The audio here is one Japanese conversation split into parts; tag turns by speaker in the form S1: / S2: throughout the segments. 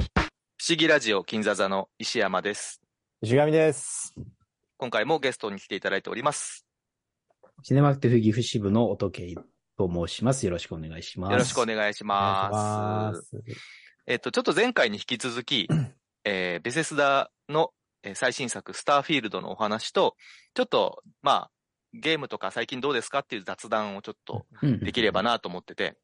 S1: 不思議ラジオ金座座の石山です。
S2: 石上です。
S1: 今回もゲストに来ていただいております。
S3: シネマティフ岐阜支部のおとけいと申します。よろしくお願いします。
S1: よろしくお
S3: い
S1: 願いし
S2: お願
S1: ま
S2: い
S1: す。
S2: します。
S1: えっと、ちょっと前回に引き続き、えーベセスダのえー最新作、スターフィールドのお話と、ちょっと、まあ、ゲームとか最近どうですかっていう雑談をちょっと
S3: うん
S1: できればなと思ってて、
S2: はい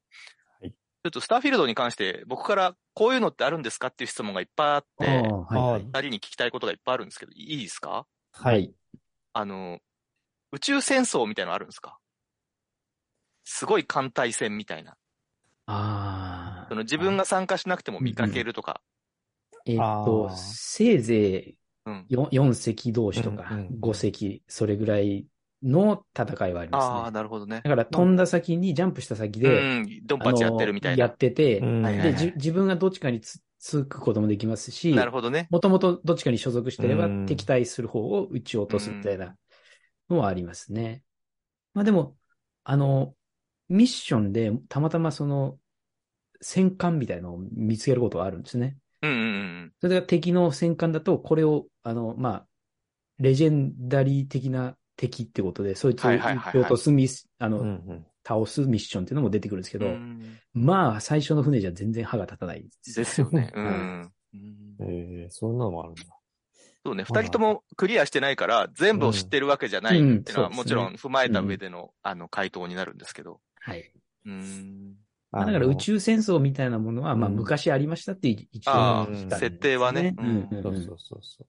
S1: ちょっとスターフィールドに関して僕からこういうのってあるんですかっていう質問がいっぱいあっ
S3: あ
S1: て
S3: ー、はい、はい。
S1: 二人に聞きたいことがいっぱいあるんですけど、いいですか
S3: はい。
S1: あの、宇宙戦争みたいなのあるんですかすごい艦隊戦みたいな。
S3: あ
S1: そ
S3: あ。
S1: の自分が参加しなくても見かけるとか。
S3: えっと
S2: あー、
S3: せいぜ
S1: うん。
S3: い 4, 4隻同士とか
S2: うんうんうん
S3: 5隻、それぐらいの戦いはあり
S1: ああ、
S3: ますね。
S1: なるほどね
S3: だ。から飛んだ先にジャンプした先
S1: う
S3: で、
S1: ん。ドン
S3: あ
S1: パ
S3: の
S1: チやってるみたい
S3: や
S1: な。
S3: ってて、
S2: うん
S1: はいはい
S3: で、じ自分がどっちかにつつくこともできますし、
S1: なるほどね。
S3: もともとどっちかに所属してれば
S2: うん
S3: 敵対する方を撃ち落とすみたいなのはありますね。まあでも、あの、ミッションでたまたまその戦艦みたいのを見つけることがあるんですね。
S1: うんうんうん。
S3: それが敵の戦艦だと、これを、あの、まあ、レジェンダリー的な敵ってことで、そいつを撃ち落とすミス、あ
S2: うんう
S3: の、
S2: ん
S3: 倒すミッションっていうのも出てくるんですけど、
S1: うん
S3: まあ、最初の船じゃ全然歯が立たないです
S1: ですよね。う
S3: はい
S1: ん。うん
S2: えー、そんなのもあるんだ。
S1: そうね。二人ともクリアしてないから、全部を知ってるわけじゃない
S3: うん
S1: っていうのは、
S3: うん
S1: もちろん踏まえた上での、あの、回答になるんですけど。
S3: はい。
S1: うん。
S2: あ
S3: まあ
S2: の
S3: だから宇。宙戦争みたいなものは、まあ
S2: うん
S3: 昔ありましたって一一応
S1: あ
S2: あ
S3: 言ったんですね
S1: 設定はね
S3: うんうん
S2: そううんそうそうそう。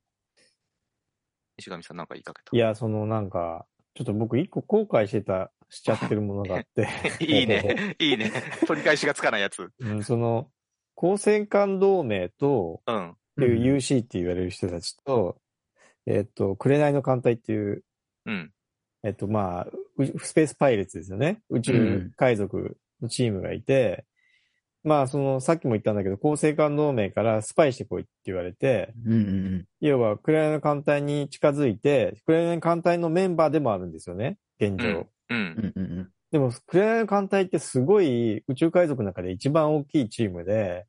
S1: 石上さんなんか言いかけた。
S2: いや、そのなんか、ちょっと僕一個後悔してた、しちゃってるものがあって。
S1: いいね。いいね。取り返しがつかないやつ。
S2: うん。その、光戦艦同盟と、
S1: うん。
S2: っていう UC って言われる人たちと、えっと、紅の艦隊っていう、
S1: うん。
S2: えっと、まあ、うスペースパイレーツですよね。宇宙海賊のチームがいて、まあ、その、さっきも言ったんだけど、厚生艦同盟からスパイしてこいって言われて、
S3: うんうんうん。
S2: 要は、クレアの艦隊に近づいて、クレアの艦隊のメンバーでもあるんですよね、現状。
S1: うん。
S3: うんうんうん。
S2: でも、クレアの艦隊ってすごい宇宙海賊の中で一番大きいチームで、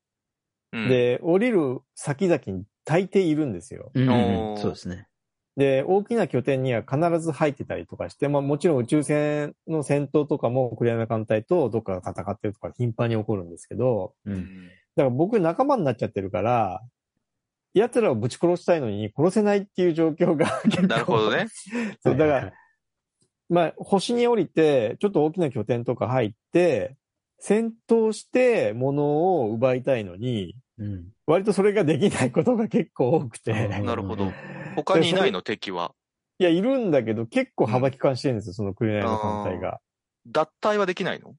S1: うん、
S2: で、降りる先々に大抵いるんですよ。
S3: うんうんう
S1: お
S3: ん、
S1: ー
S3: そうですね。
S2: で、大きな拠点には必ず入ってたりとかして、まあもちろん宇宙船の戦闘とかもクリアな艦隊とどっかが戦ってるとか頻繁に起こるんですけど、
S3: う。
S1: うんん
S2: だから僕仲間になっちゃってるから、奴らをぶち殺したいのに殺せないっていう状況 が結構
S1: なるほど。ね。
S2: そう、だか
S3: はいは
S2: ら
S3: い、
S2: まあ星に降りて、ちょっと大きな拠点とか入って、戦闘して物を奪いたいのに、
S3: うん。
S2: 割とそれができないことが結構多くて。
S3: あー
S1: なるほど。他にいないの敵は。
S2: いや、いるんだけど、結構幅利かしてるんですよ、そのクレアの艦隊が。
S1: 脱退はできないの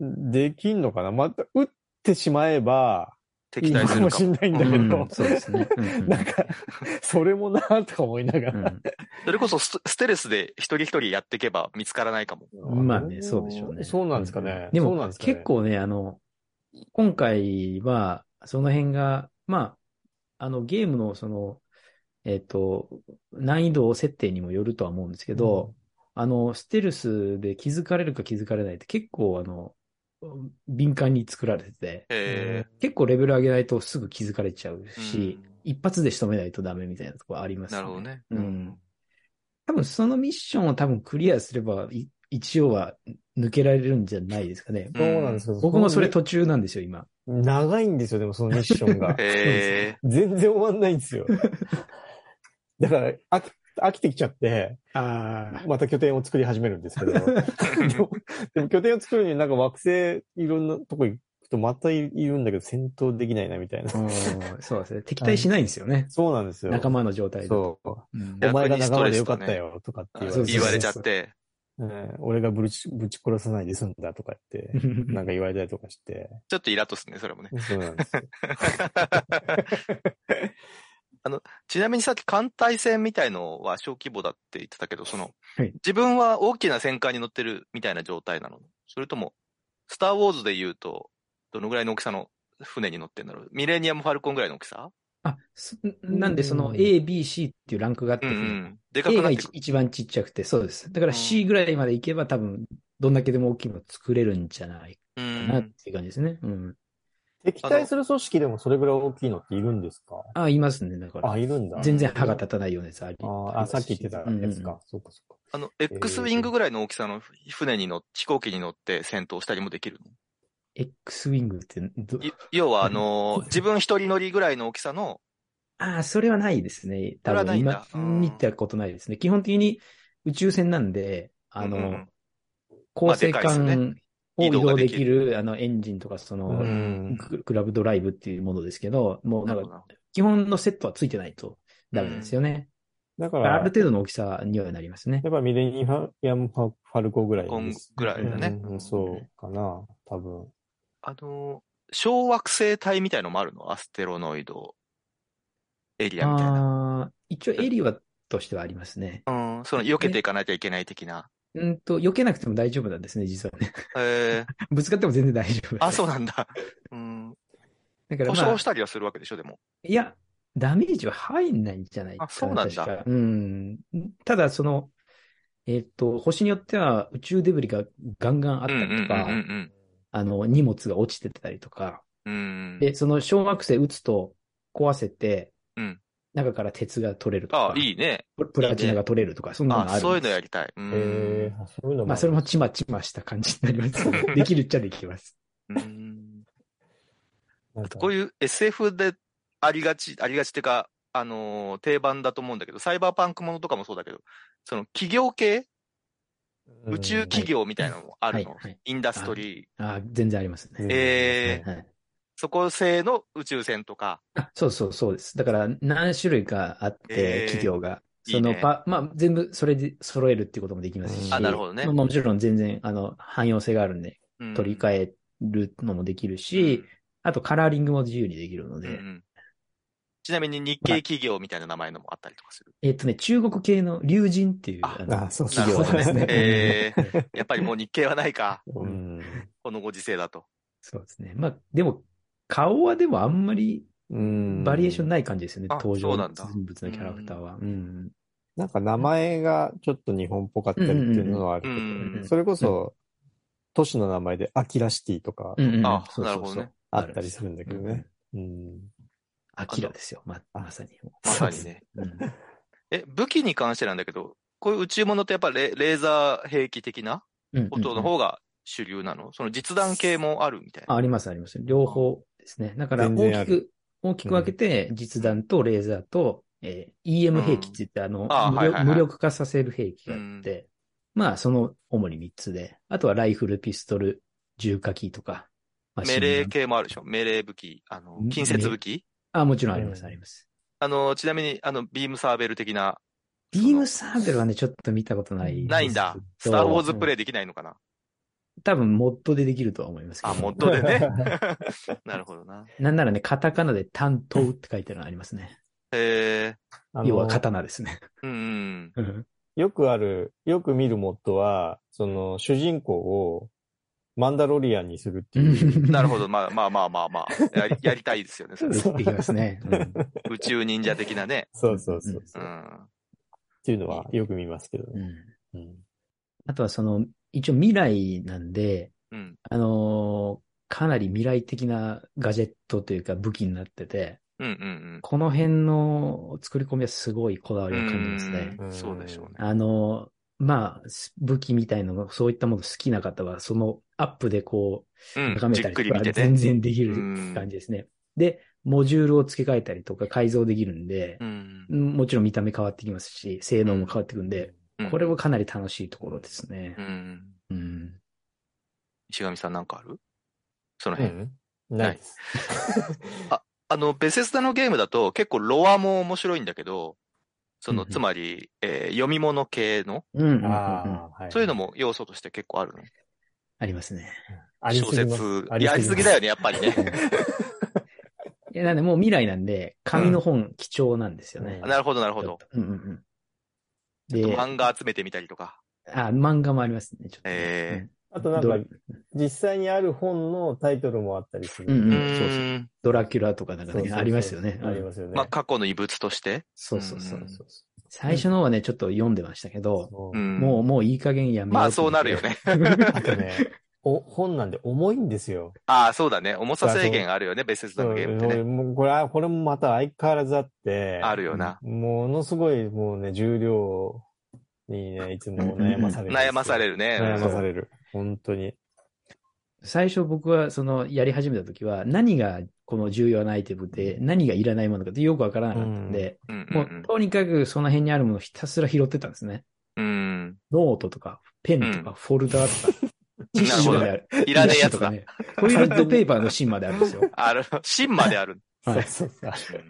S2: できんのかなまた、打ってしまえば、い
S1: 敵
S2: いの
S1: 対す
S2: か
S1: る
S2: も
S1: か
S2: し
S1: も。
S2: んないん
S3: う
S2: だけ
S3: んう
S2: ど
S3: ん、そうですね。うんうん
S2: なんか、それもなぁとか思いなが
S3: う
S2: ら。
S3: ん
S1: それこそスステルスで一人一人やっていけば見つからないかも。
S3: まあね、そうでしょうね。
S2: そうなんですかね。
S3: で
S2: そうな
S3: も
S2: んです、かね
S3: 結、構ね、あの、今回は、その辺が、まあ、あの、ゲームの、その、えっと、難易度設定にもよるとは思うんですけど、あの、ステルスで気づかれるか気づかれないって結構、あの、敏感に作られてて、
S1: え
S3: 結構レベル上げないとすぐ気づかれちゃう
S1: え
S3: し、一発で仕留めないとダメみたいなところあります
S1: なるほど。ね。
S3: うん。多分そのミッションを多分クリアすれば、い一応は抜けられるんじゃないですかね。
S1: うん。
S2: そうなんですけど、
S3: 僕もそれ
S2: と、
S3: 途中なんですよ、今。
S2: 長いんですよ、でもそのミッションが
S1: え
S2: 全然終わんないんですよ。だから、飽き、飽きてきちゃって、
S3: あ
S2: また拠点を作り始めるんですけ ど。でもでも拠点を作るにはなんか惑星いろんなとこ行くとまたいるんだけど戦闘できないなみたいな。
S3: そうですね。敵対しないんですよね。
S2: そうなんですよ。
S3: 仲間の状態で。
S2: そう。
S3: うん
S1: や
S2: お前が仲間でよか
S1: 逆にストレスと
S2: っ
S1: ね
S2: たよとかって言わ
S1: ー
S2: れ
S3: そう
S2: て。
S1: 言われちゃって。
S2: うん俺がぶちぶち殺さないで済んだとかって、なんか言われたりとかして。
S1: ちょっとイラッとするね、それもね。
S2: そうなんです よ。
S1: ちなみにさっき艦隊戦みたいのは小規模だって言ってたけど、その、
S3: はい
S1: 自分は大きな戦艦に乗ってるみたいな状態なのそれとも、スター・ウォーズで言うと、どのぐらいの大きさの船に乗ってんだろうミレニアム・ファルコンぐらいの大きさ
S3: あ、そなんでその
S2: うん
S3: A、B、C っていうランクがあっ
S1: う
S3: て
S1: ん、うん。でか
S3: A
S1: くな
S3: が
S1: って
S3: 一
S1: くる。
S3: 一番ちっちゃくて、そうです。だ
S1: うん
S3: から C ぐらいまで行けば多分、どんだけでも大きいの作れるんじゃないか
S1: う
S3: なっ
S1: ん。
S3: ていう感じですね。うん。
S2: 敵対する組織でもそれぐらい大きいのっているんですか
S3: あ、いますね、だから。
S2: あ、いるんだ。
S3: 全然歯が立たないようなやつあり。
S2: あーあ、さっき言ってたやつ
S3: うん
S2: か。そうか、そうか。
S1: あの、X ウィングぐらいの大きさの船に乗って、飛行機に乗って戦闘したりもできるの
S3: X ウィングってど、
S1: い要は、あのー、自分一人乗りぐらいの大きさの、
S3: ああ、それはないですね。
S1: そ
S3: 多
S1: れはな
S3: 分
S1: いんだ
S3: 今、
S1: うん
S3: 見たことないですね。基本的に宇宙船なんで、あの、
S1: うんうん
S3: 構成
S1: まあでかいです
S3: 艦を
S1: 移
S3: 移
S1: 動が
S3: 動
S1: で
S3: で
S1: き
S3: き
S1: る
S3: る、あの、エンジンとか、その、
S2: う
S1: うん
S2: ん。
S3: ククラブドライブっていうものですけど、もうなん
S1: なるほ
S3: か、
S1: ど
S3: 基本のセットはついてないとダメなんですよね。
S2: だか
S3: だからあ
S2: ら
S3: る、程度の大きさにはなりますね
S2: や。っぱミレニアム・ファルコぐらい
S1: こん
S2: です
S1: ぐらいだね。
S2: うんそうかな、多分。
S1: あのー、小惑星帯みたいのもあるのアステロノイドエリアみたいな。
S3: ああー、一応エリアとしてはありますね。
S1: うん、その、避けていかなきゃいけない的な。
S3: うんと、避けなくても大丈夫なんですね、実はね。
S1: えー、
S3: ぶつかっても全然大丈夫。
S1: あ、そう
S3: う。
S1: なんだ。うん。
S3: だから、
S1: 故
S3: まあ
S1: 障し、たりはするわけでしょ、でも。
S3: いや、ダメージは入んないんじゃないか
S1: あそうなんだ
S3: 確かうん。ただ、その、えっと、星によっては宇宙デブリがガンガンあっ
S1: うん
S3: た
S1: うん
S3: りとか、
S1: うん
S3: あの、荷物が落ちてたりとか、
S1: うんうん。うん。
S3: で、その小惑星撃つと壊せて、
S1: うん
S3: 中から鉄が取れると
S1: あ
S3: か、、
S1: いいね。
S3: ププラチナが取れるとか、そんなのがあ
S1: あ、
S3: るんです
S1: そういうのやりたい。う
S2: へ
S1: ん
S2: え。、そういうの
S3: まあ、それもちまちました感じになり ます。できるっちゃできます。
S1: うん
S2: なん
S1: こう
S2: いう。
S1: いう SF でありがち、ありがちっていうか、あのー定番だと思うんだけど、サイバーパンクものとかもそうだけど、その企業系、
S2: うん
S1: 宇宙企業みたいなのもあるの。
S3: はいはい
S1: インダストリー、
S3: あ全然ありますね。
S1: えー
S3: はい
S1: そこ製の宇宙船とか、
S3: あそうそうそうです。だから何種類かあっ
S1: えー
S3: て、企業が。
S1: いい
S3: そ
S1: ね
S3: のパ、まあ、全部それで揃えるっていうこともできますし。
S1: あなるほどね
S3: まあもちろん全然、あの、汎用性があるんで、
S1: うん
S3: 取り替えるのもできるし、あとカラーリングも自由にできるの
S1: うん
S3: で、
S1: うんちなみに日系企業みたいな名前のもあったりとかする。
S3: えっとね、中国系の龍神っていう、
S1: あ
S3: あの
S2: あ、そう
S1: なるほど
S2: 企 業
S1: ね。
S2: ね
S1: えー、やっぱりもう日系はないか。
S2: うん。
S1: このご時世だと。
S3: そうですね。まあ、でも、顔はでもあんまり
S2: うん
S3: バリエーションない感じですよね、
S1: あ
S3: 登
S1: そう
S3: 場
S1: なんだ
S3: 人物のキャラクターは。うん
S2: なんか名前がちょっと日本っぽかったりっていうのはあるけど、
S1: うんうんうん
S2: それこそ、都市の名前でアキラシティとか
S3: うんうん
S1: あ
S3: そうそうそう
S1: なるほどね
S2: あったりするんだけどね。。うん。
S3: あキラですよ、ま、まさに。
S1: まさにね。
S3: うん。
S1: え、武器に関してなんだけど、こういう宇宙物ってやっぱレレーザー兵器的な
S3: うん
S1: ことの方が主流なの、その実弾系もあるみたいな。
S3: ああります、あります。両方ですね。だから
S2: 全然あ
S3: 大き
S2: る
S3: く、大きく分けて、実弾とレーザーと、えー EM 兵器って言って、あの
S1: あ
S3: 無
S1: はいはいは
S3: 力
S1: い
S3: 無力化させる兵器があって、まあ、その主に3つで、あとはライフル、ピストル、重火器とか、まあ
S1: 命令
S3: 新聞
S1: 系もあるでしょ命令武器、あの
S3: う、ん
S1: 近接武器
S3: あ、もちろんありま
S2: う
S3: す、
S2: ん
S3: あります。
S1: あの、ちなみに、あの、ビームサーベル的な。
S3: ビームサーベルはね、ちょっと見たことないですけど。
S1: ないんだ。スターウォーズプレイできないのかな
S3: うん多分、モッドでできるとは思いますけど。
S1: あ、モッドでね。 なるほどな。
S3: なんならね、カタカナで担当って書いてあるのありますね。
S1: へえ。
S2: あの
S3: 要は刀ですね。
S1: うん うん。
S3: うん
S2: よくある、よく見るモッドは、その、主人公をマンダロリアンにするっていう。
S1: なる ほど。まあまあまあまあまあ。 やりやりたいですよね。それ
S2: そう
S3: できますね。うん
S1: 宇宙忍者的なね。
S2: そうそうそう
S1: う
S2: そう、っ
S1: ん。
S2: ていうのはよく見ますけど
S3: う
S2: ね。
S3: ん
S2: うん。
S3: あとはその、一応未来なんで、
S1: うん。
S3: あのーかなり未来的なガジェットというか武器になってて、
S1: うんうん
S3: この辺の作り込みはすごいこだわ
S1: うん。
S3: りを感じますね。
S1: うんそうでしょうね。
S3: あのーまあ、す武器みたいなのが、そういったもの好きな方は、そのアップでこう、
S1: う
S3: 眺
S1: ん。
S3: め
S1: じ
S3: た
S1: っ
S3: り
S1: く
S3: と
S1: り見
S3: か、
S1: て
S3: 全
S1: ね。
S3: 然できる
S1: うん
S3: 感じですね。で、モジュールを付け替えたりとか改造できるんで
S1: う、ん。
S3: もちろん見た目変わってきますし、性能も変わってくるんで、
S1: うん
S3: これはかなり楽しいところですね
S1: う。ん。
S3: うん。
S1: 石上さんなんかあるその
S2: う
S1: 辺。
S2: ん。ないです。
S1: あの、ベセスダのゲームだと結構ロアも面白いんだけど、その、
S3: うんうん
S1: つまり、えー読み物系の、
S3: うんうんうんうん
S2: ああ、はい。
S1: そういうのも要素として結構あるの。
S3: ありますね。
S2: ありす
S1: 小
S2: ぎます
S1: 説。
S2: あ
S1: いやあり
S2: り
S1: す
S2: す
S1: ぎ
S2: ぎ
S1: だ
S2: だ
S1: よ
S2: よ
S1: ね、やっぱりね。
S3: いや、なんでもう未来なんで、紙の本貴重なんですよね。
S2: うん
S1: なるほど、なるほ
S3: ちょ
S1: ど
S3: っ。と。うんうんうん。
S1: ちょっ
S3: で
S1: と、漫画集めてみたりとか。
S3: あ、漫画もありますね、ちょっとね。
S1: え
S2: あとな
S3: ドラ
S2: んか、実際にある本のタイトルもあったりする。
S3: うん
S1: う
S3: うん
S1: ーん。
S3: ドラキュラとかなんか
S2: そうそう
S3: ね、
S2: そう
S3: ありますよね。
S2: あり
S3: うん
S2: ますよね。
S1: まあ、過去の遺物として。。
S3: そうそうそううん
S2: そうそ
S3: 最初の方はね、ちょっと読んでましたけど、
S2: うそう
S1: うん。
S3: もう、もういい加減やめよ
S1: まあ、そうなるよ
S3: ね。
S1: ね。
S2: あとね、お、本なんで重いんですよ。
S1: ああ、そうだね。重さ制限あるよね、ベセスダのゲームってね。
S2: そうもうこれ、これもまた相変わらずあって。
S1: あるよな。
S2: ものすごい、もうね、重量にね、いつも悩まされるんですよ。
S1: 悩まされるね。
S2: 悩まされる。本当に。
S3: 最初僕はそのやり始めた時は何がこの重要なアイテムで何がいらないものかってよくわからなかったんで、
S1: うん
S3: もうとにかくその辺にあるものをひたすら拾ってたんですね。
S1: うんうん。
S3: ノートとか、ペンとか、フォルダ ーとか、ティ ッシュまである。
S1: うん。いらねえやつ
S3: とか
S1: だ。
S3: ね。トイレットペーパーの芯まである んですよ。
S1: ある、芯まである。
S3: はい
S2: そうそうそう。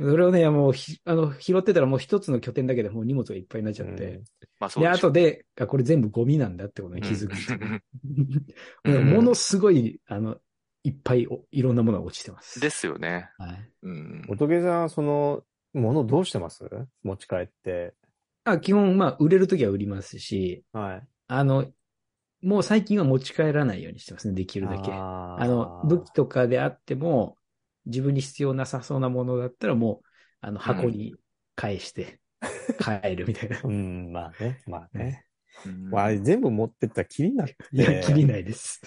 S3: それをね、もうひ、あの、拾ってたらもう一つの拠点だけでもう荷物がいっぱいになっちゃって。
S1: まあそう
S3: で、
S1: で
S3: あ
S1: しょ
S3: とで、あこれ全部ゴミなんだってことに気づくっていうね。
S1: うん
S3: もうものすごい、あの、いっぱいおいろんなものが落ちてま
S1: う
S3: す。
S1: ですよね。
S3: はい。
S1: うん。
S2: おとげさんはその、ものどうしてます持ち帰って。
S3: あ基本、まあ、売れるときは売りますし、
S2: はい。
S3: あの、もう最近は持ち帰らないようにしてますね、できるだけ。あ
S2: あ
S3: の、武器とかであっても、自分に必要なさそうなものだったらもう、あの、箱に返して、帰るみたいな。
S2: うん、まあね、まあね。
S1: うん
S2: まあ、全部持ってったらキリになって。
S3: いや、切りないです。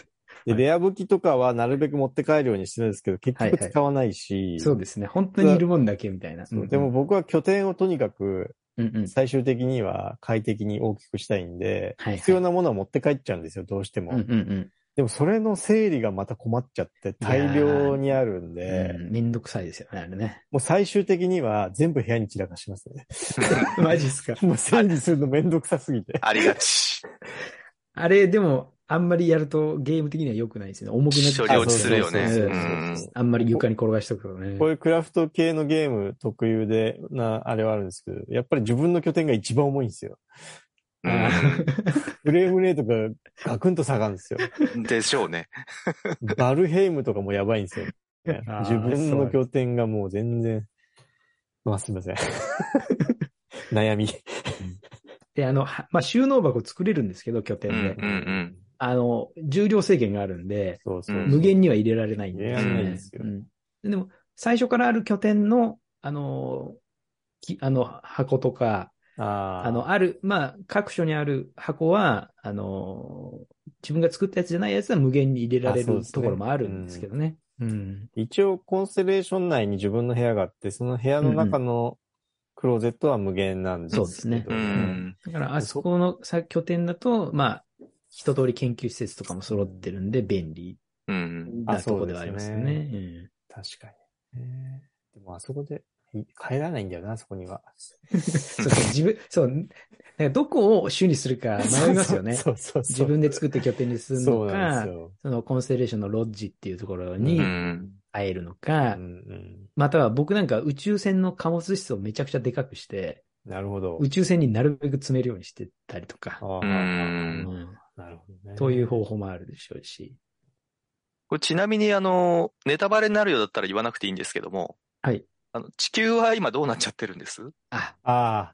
S2: で、レア武器とかはなるべく持って帰るようにしてるんですけど、結
S3: はい
S2: 局
S3: はい
S2: 使わないし。
S3: そうですね。本当にいるもんだけみたいな。
S2: そうでも、僕は拠点をとにかく
S3: うんうん。
S2: 最終的には快適に大きくしたいんで、
S3: はいはい
S2: 必要なものは持って帰っちゃうんですよ、どうしても。
S3: うんうんうん
S2: でもそれの整理がまた困っちゃって大量にあるんで、
S3: うん。めんどくさいですよね、あれね。
S2: もう最終的には全部部屋に散らかしますね。
S3: マジっす か。
S2: もう整理するのめんどくさすぎ て。
S1: ありがち。
S3: あれ、でも、あんまりやるとゲーム的には良くないですよね。重くなっちゃ
S1: 処
S3: う
S1: 理落ちするよね
S3: あそうそうそうそう
S1: うん
S3: あんまり床に転がしとくとね。
S2: こういうクラフト系のゲーム特有で、な、あれはあるんですけど、やっぱり自分の拠点が一番重いんですよ。
S1: う
S3: あ
S2: フレームレートがガクンと下がるんですよ。
S1: ん。でしょうね。
S2: バルヘイムとかもやばいんですよ。ね
S3: あー
S2: 自分の拠点がもう全然、まあすいません。 悩み。
S3: で、あの、はまあ、収納箱作れるんですけど、拠点で。
S1: うんうん
S3: あの、重量制限があるんで、
S2: そうそう。
S1: うん
S3: 無限には入れられないんです
S1: 入れられない
S2: んですよ
S3: うんでも、最初からある拠点の、あの、きあの、箱とか、
S2: あ
S3: あの、ある、まあ、各所にある箱は、あの、自分が作ったやつじゃないやつは無限に入れられ
S2: あそう
S3: る
S2: ですね
S3: ところもあるんですけどね。うん。
S2: 一応コンステレーション内に自分の部屋があって、その部屋の中のクローゼットは無限なんですけど、
S3: そうですね
S1: う
S2: うん
S1: ん。
S3: だから、あそこのさ拠点だと、まあ、一通り研究施設とかも揃ってるんで、便利
S1: うん。
S3: なとこではありますよ
S2: あそうで
S3: ね。うん
S2: 確かにね。でもあそこでい帰らないんだよな、そこには。
S3: そうそう、自分、そう、なんかどこを主にするか迷いますよ ね。
S2: そうそうそ
S3: 自
S2: う。
S3: 分で作って拠点にする
S2: そ
S3: の
S2: うなん
S3: か
S2: です、よ。
S3: そのコンステレーションのロッジっていうところ
S1: う
S3: に
S1: ん。
S3: 会えるの
S2: う
S3: か
S2: ん、うん。
S3: または僕なんか宇宙船の貨物室をめちゃくちゃでかくして、
S2: なるほど。
S3: 宇宙船になるべく詰めるようにしてたりとか、
S2: あ
S1: う
S2: ー
S1: ん
S2: なるほどね。
S3: という方法もあるでしょうし。
S1: これちなみに、あの、ネタバレになるようだったら言わなくていいんですけども。
S3: はい。
S1: あの、地球は今どうなっちゃってるんです
S3: あ、
S2: あ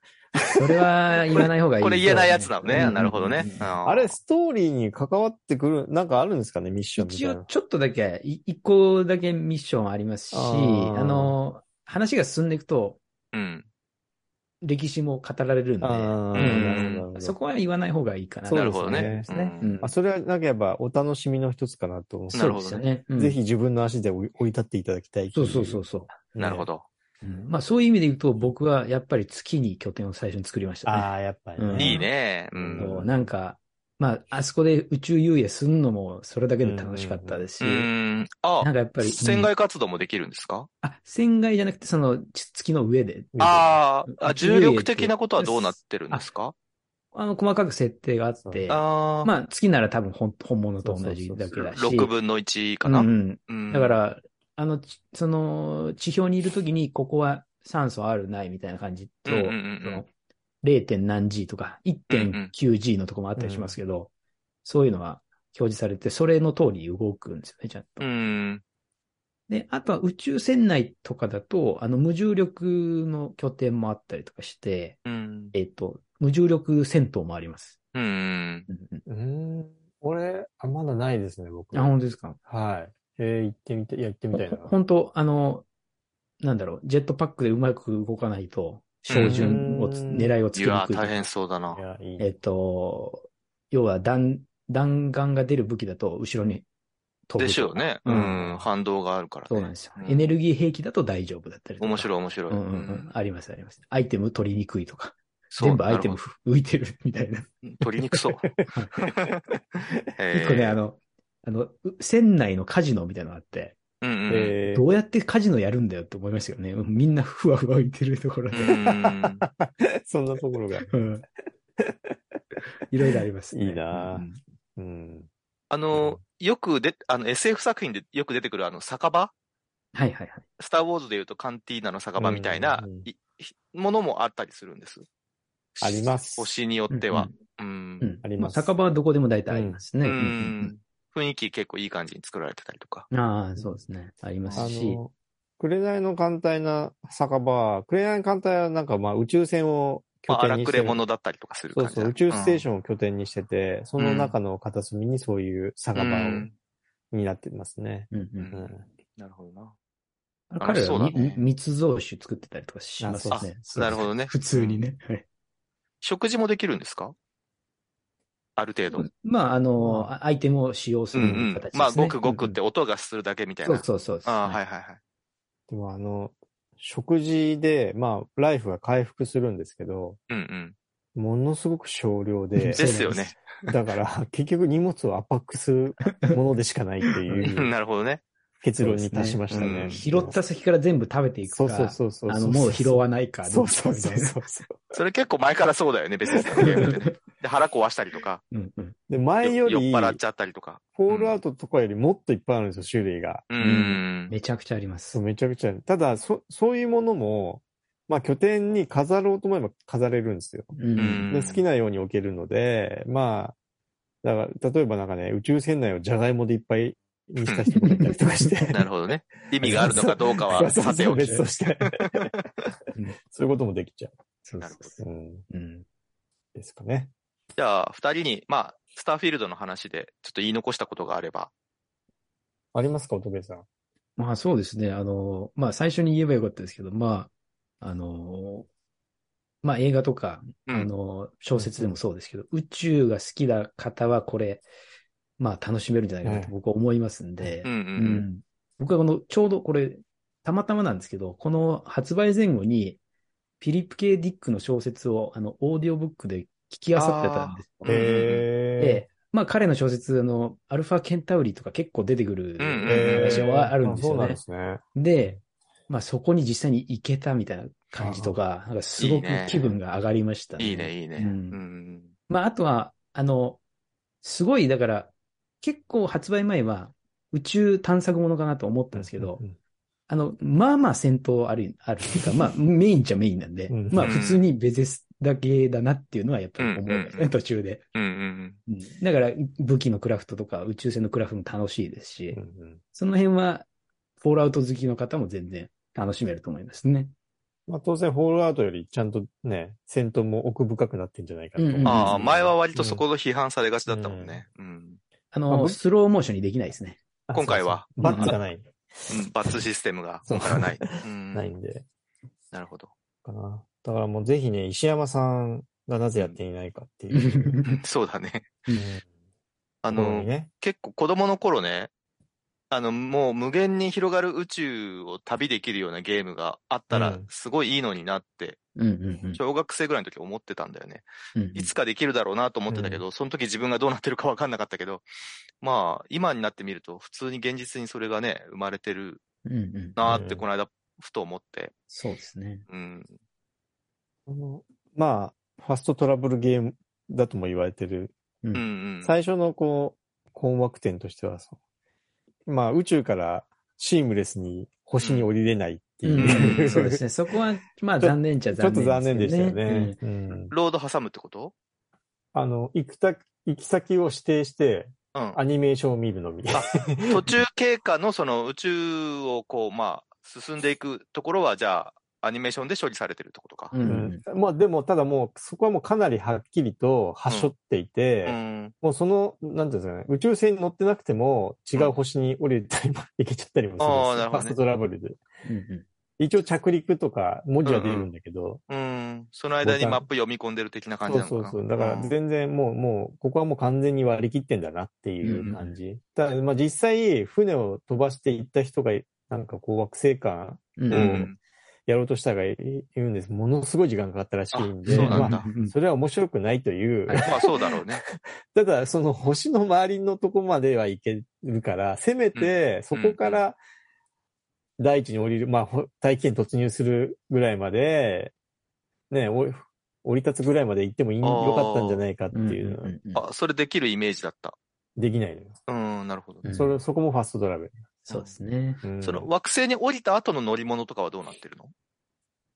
S3: それは言わない方がい い。
S1: これ言えないやつなの
S3: そうです
S1: ね。なるほどね。
S2: あ。
S1: あ
S2: あれ、ストーリーに関わってくる、なんかあるんですかね、ミッションみた
S3: 一
S2: い
S3: 応
S2: な。
S3: ちょっとだけ、い一個だけミッションありますし、
S2: あ
S3: あ
S2: ー
S3: の、話が進んでいくと、
S1: うん。
S3: 歴史も語られるんで、
S2: あ
S1: う
S2: あ、
S1: ん
S2: なるほどなるほど。
S3: そこは言わない方がいいかな。
S2: そう
S1: な
S2: ですね
S1: るほどね。
S3: そうですね。うん
S2: あ、それはなければお楽しみの一つかなと思う。
S1: なるほどね
S3: そうですよね。うん
S2: ぜひ。自分の足で追い追い立っていただきたい
S3: そうそうそううそ
S1: うんなるほ。ど。
S3: う、うんまあそういう意味で言うと、僕はやっぱり月に拠点を最初に作りましたね。
S2: ああ、やっぱり
S3: うん
S1: いいね。うん。
S3: もうなんか、まあ、あそこで宇宙遊泳すんのもそれだけで楽しかったですし、
S1: うん。あ
S3: なん、かやっぱり、
S1: 船
S3: うん
S1: 外活動もできるんですか
S3: あ、船外じゃなくてそのち月の上で、
S1: あー
S3: う
S1: あ、
S3: ん
S1: 重力的なことはどうなってるんですか
S3: あの、細かく設定があって、
S1: ああ、
S3: まあ月なら多分本本物と同じだけだし、
S1: 6分の1か
S3: う
S1: な。
S3: ん
S1: うん
S3: だか、ら、あの、ちその、地表にいるときに、ここは酸素あるないみたいな感じと、
S1: うんうんうんうん
S3: その 0. 点何 G とか、1.9G のとこもあったりしますけど、そういうのが表示されて、それの通り動くんですよね、ちゃんと。
S1: うん。
S3: で、あとは宇宙船内とかだと、あの、無重力の拠点もあったりとかして、
S1: うん。
S3: えっ、と、無重力戦闘もあります。
S1: うん。
S3: うんうん
S2: うーん。俺、あまだないですね、僕。
S3: あ、本当ですか
S2: はい。えー、行ってみたい。いや、行ってみたいな。
S3: 本当あの、なんだろう、ジェットパックでうまく動かないと、照準をつ、
S2: うん。
S3: 狙いをつ
S1: い
S3: けに
S1: や
S3: くい
S1: ー、
S3: とか。
S1: 大変そうだない
S2: や、いい
S3: えっと、要は弾、弾丸が出る武器だと後ろに飛ぶとか。
S1: でしょうね。う
S3: うん
S1: ん、反動があるからね。
S3: そうなんですよ。
S1: うん
S3: エネルギー兵器だと大丈夫だったりとか。
S1: 面白い、面白い。
S3: うんうんうん。あります、あります。アイテム取りにくいとか。
S1: そう
S3: 全部アイテム
S1: なる
S3: 浮いてるみたい な。
S1: ほど取りにくそう。え
S3: 一個ね、あの、あの、う船内のカジノみたいなのがあって、
S1: うんうんうん。
S2: えー
S3: どうやってカジノやるんだよって思いましたよね。うんみんなふわふわ浮いてるところで。
S1: うん
S2: そんなところが。
S3: うんいろいろありますね、
S2: いいなぁ
S3: うん
S2: うん。
S1: あの、よくで、あの、SF 作品でよく出てくるあの、酒場
S3: はいはいはい。
S1: スター・ウォーズで言うとカンティーナの酒場みたいな
S2: うんうんうん
S1: いひものもあったりするんです。
S2: あります
S1: 星によっては。う。
S3: うんん。
S2: あります
S3: あ酒場はどこでも大体あります
S1: う
S3: ね。
S1: ん。雰囲気結構いい感じに作られてたりとか。
S3: うんああ、そうですね。ありま
S2: あ
S3: すし。
S2: の、紅の艦隊な酒場、紅の艦隊はなんかまあ宇宙船を拠
S1: まあ、
S2: 点
S1: 荒
S2: にし
S1: く
S2: て
S1: れ
S2: る。
S1: 者だったりとかする
S2: そ
S1: 感
S2: う
S1: じ
S2: そう、
S1: だ
S2: 宇宙ステーションを拠点にしてて、その中の片隅にそういう酒
S1: う
S2: 場を、
S1: ん
S2: になってますね。
S3: うんう
S2: うんん。
S1: なるほどな。
S3: 彼ら
S1: そうだ
S3: はみ、
S1: ね
S3: 密造酒作ってたりとかします
S2: あ
S3: よ
S2: そ
S3: ね。そう
S1: なるほどね。
S3: 普通にね。はい
S1: 食事もできるんですかある程度。うん
S3: まあ、あの、あアイテムを使用す
S1: う
S3: る形
S1: ん
S3: ですね。
S1: まあ、ごくごくって
S3: うん
S1: 音がするだけみたい
S3: そ
S1: な。
S3: うそうそうです。
S1: ああ、はいはいはい。
S2: でもあの、食事で、まあ、ライフが回復するんですけど、
S1: うんうん。
S2: ものすごく少量
S3: うん
S2: で
S3: そ
S1: で
S3: う、
S1: すよね。
S2: だから 結局荷物を圧迫するものでしかないっていう
S1: なるほどね。
S2: 結論に達しました
S1: そうですねう
S2: ね。
S1: ん
S3: 拾った先から全部食べていくか。
S2: そうそうそうそう。
S3: あの、もう拾わないか。
S2: そうそうそう
S3: どっちか
S2: そうそう。
S1: それ結構前からそうだよね、別に。ゲームってねで、腹壊したりとか、
S3: みたいな。 うんうん。
S2: で、前よ
S1: 酔っ
S2: り、
S1: 払っちゃったりとか。
S2: フォールアウトとかよりもっといっぱいあるんですよ、種類が。
S1: うん。
S3: めちゃくちゃあります
S2: そう、。めちゃくちゃある。ただ、そ、そういうものも、まあ拠点に飾ろうと思えば飾れるんですよ。
S3: うん
S1: うん
S2: で、好きなように置けるので、まあ、だから、例えばなんかね、宇宙船内をジャガイモでいっぱいにした人もいたりとかし て。
S1: なるほどね。意味があるのかどうか
S2: そ
S1: は、
S2: うそうそう
S1: さておき。
S2: 別として。 そういうこともできちゃ
S3: そう
S1: な
S3: そう
S1: るほ
S3: そう
S2: う。うん。
S3: うん。
S2: ですかね。
S1: じゃあ、二人に、まあ、スターフィールドの話で、ちょっと言い残したことがあれば。
S2: ありますか、乙部さん。
S3: まあそうですね。あの、まあ最初に言えばよかったですけど、まあ、あの、まあ映画とか、
S1: うん
S3: あの、小説でもそうですけど、宇宙が好きな方はこれ、まあ楽しめるんじゃないかなと
S2: うん
S3: 僕は思いますんで
S1: うん、うん
S3: う
S1: うん。
S3: ん僕はこの、ちょうどこれ、たまたまなんですけど、この発売前後に、フィリップ・ケディックの小説を、あの、オーディオブックで聞き漁ってたんですよ
S1: うんうんうん
S2: え
S3: で、まあ彼の小説、あの、アルファ・ケンタウリとか結構出てくる
S1: うんうん
S2: ー
S3: 話はあるんです
S2: あそう
S3: よ
S2: なん
S3: ね
S2: で。すね。
S3: で、まあそこに実際に行けたみたいな感じとか、なんかすごく気分が上がりましたね。
S1: いいね、いいね。う
S3: うん
S1: ん。
S3: まああとは、あの、すごい、だから、結構発売前は宇宙探索ものかなと思ったんですけど
S2: う、ん
S3: あの、まあまあ戦闘ある、あるっていうか、まあメインじゃメインなんで
S2: うん、
S3: まあ普通にベゼスだけだなっていうのはやっぱり思いま
S1: うんう
S3: す
S1: んう
S3: ね、
S1: ん
S3: 途中で。
S1: うんうん
S3: うんだから武器のクラフトとか宇宙船のクラフトも楽しいですし
S2: う、んうん
S3: その辺はフォールアウト好きの方も全然楽しめると思いますね。
S2: まあ当然、ホールアウトよりちゃんとね、戦闘も奥深くなってんじゃないかなと
S1: う
S2: 思い
S1: ん。
S3: ん
S2: ます。
S1: ああ、前は割とそこの批判されがちだったもんね。うん。
S3: あ
S2: まあ
S3: の、
S2: ぶ
S3: スローモーションにできないですね。
S2: あ
S1: 今回は
S2: そうそうバッツがない。
S1: うんバツシステムが今回はない。うん
S2: ないんで。
S1: なるほど。
S2: かな。だからもうぜひね、石山さんがなぜやっていないかっていう。
S1: そうだね。
S2: うん
S1: あ
S2: ところ
S1: の
S2: に、ね、
S1: 結構子供の頃ね、あの、もう無限に広がる宇宙を旅できるようなゲームがあった
S2: う
S1: ら
S2: ん、
S1: すごいいいのになって、
S3: うんうんうん
S1: 小学生ぐらいの時思ってたんだよね。
S3: うんうん。
S1: いつかできるだろうなと思ってたけど、その時自分がどうなってるかわかんなかったけど、まあ、今になってみると、普通に現実にそれがね、生まれてる
S3: うんうん。
S1: なーって、
S2: うん
S1: この間、ふと思って、
S3: そうですね。
S1: うん、
S2: あのまあ、ファストトラブルゲームだとも言われてる。
S1: うん、うん。
S2: 最初のこう、困惑点としてはそう、まあ宇宙からシームレスに星に降りれないって
S3: う
S2: いう、
S3: んうん、 そうですね。そこは、まあ
S2: ちょ
S3: 残念っちゃ
S2: ちょっ
S3: 残
S2: と
S3: 念、
S2: 残念でしたよね。
S3: うん
S2: うん
S1: ロード挟むってこと
S2: あの、行くた、行き先を指定して、
S1: うん
S2: ア。ニメーションを見るのみ。
S1: あ途中経過のその宇宙をこう、まあ、進んでいくところは、じゃあ、アニメーションで処理されてるってことか。
S3: うんうん
S2: うんまあでも、ただもう、そこはもうかなりはっきりと、はしょっていて、
S1: うん。
S2: もうその、なんていうんですかね、宇宙船に乗ってなくても、違う星に降りたりも、行けちゃったりも
S1: あ
S2: するんですよ
S1: ーなるほどね
S2: ファストトラブルで。
S3: うんうん
S2: 一応着陸とか文字は出るんだけど、
S1: うん。その間にマップ読み込んでる的な感じ
S2: そ
S1: な
S2: う
S1: のか
S2: そ
S1: な。
S2: うそう。だから
S1: うん
S2: 全然もう、もう、ここはもう完全に割り切ってんだなっていう感じ。ただ、まあ実際、船を飛ばして行った人が、なんかこう惑星間
S3: うん
S1: うん。
S2: やろうとしたがいるんです。ものすごい時間かかったらしいんで、
S1: あそうなん
S2: ま
S1: だ
S2: あ、それは面白くないという、
S1: まあそうだろうね。
S2: ただその星の周りのとこまでは行けるから、せめてそこから大地に降りる、まあほ大気圏突入するぐらいまで、ね、お降り立つぐらいまで行ってもいい
S1: あー
S2: よかったんじゃないかって
S3: うん
S2: いうのは
S3: うんうん
S1: あ、それできるイメージだった。
S2: できないのよ。
S1: うん、なるほどね。
S3: うん
S2: それ、そこもファストトラベ
S3: そうですね。
S2: ル。うん
S1: その惑星に降りた後の乗り物とかはどうなってるの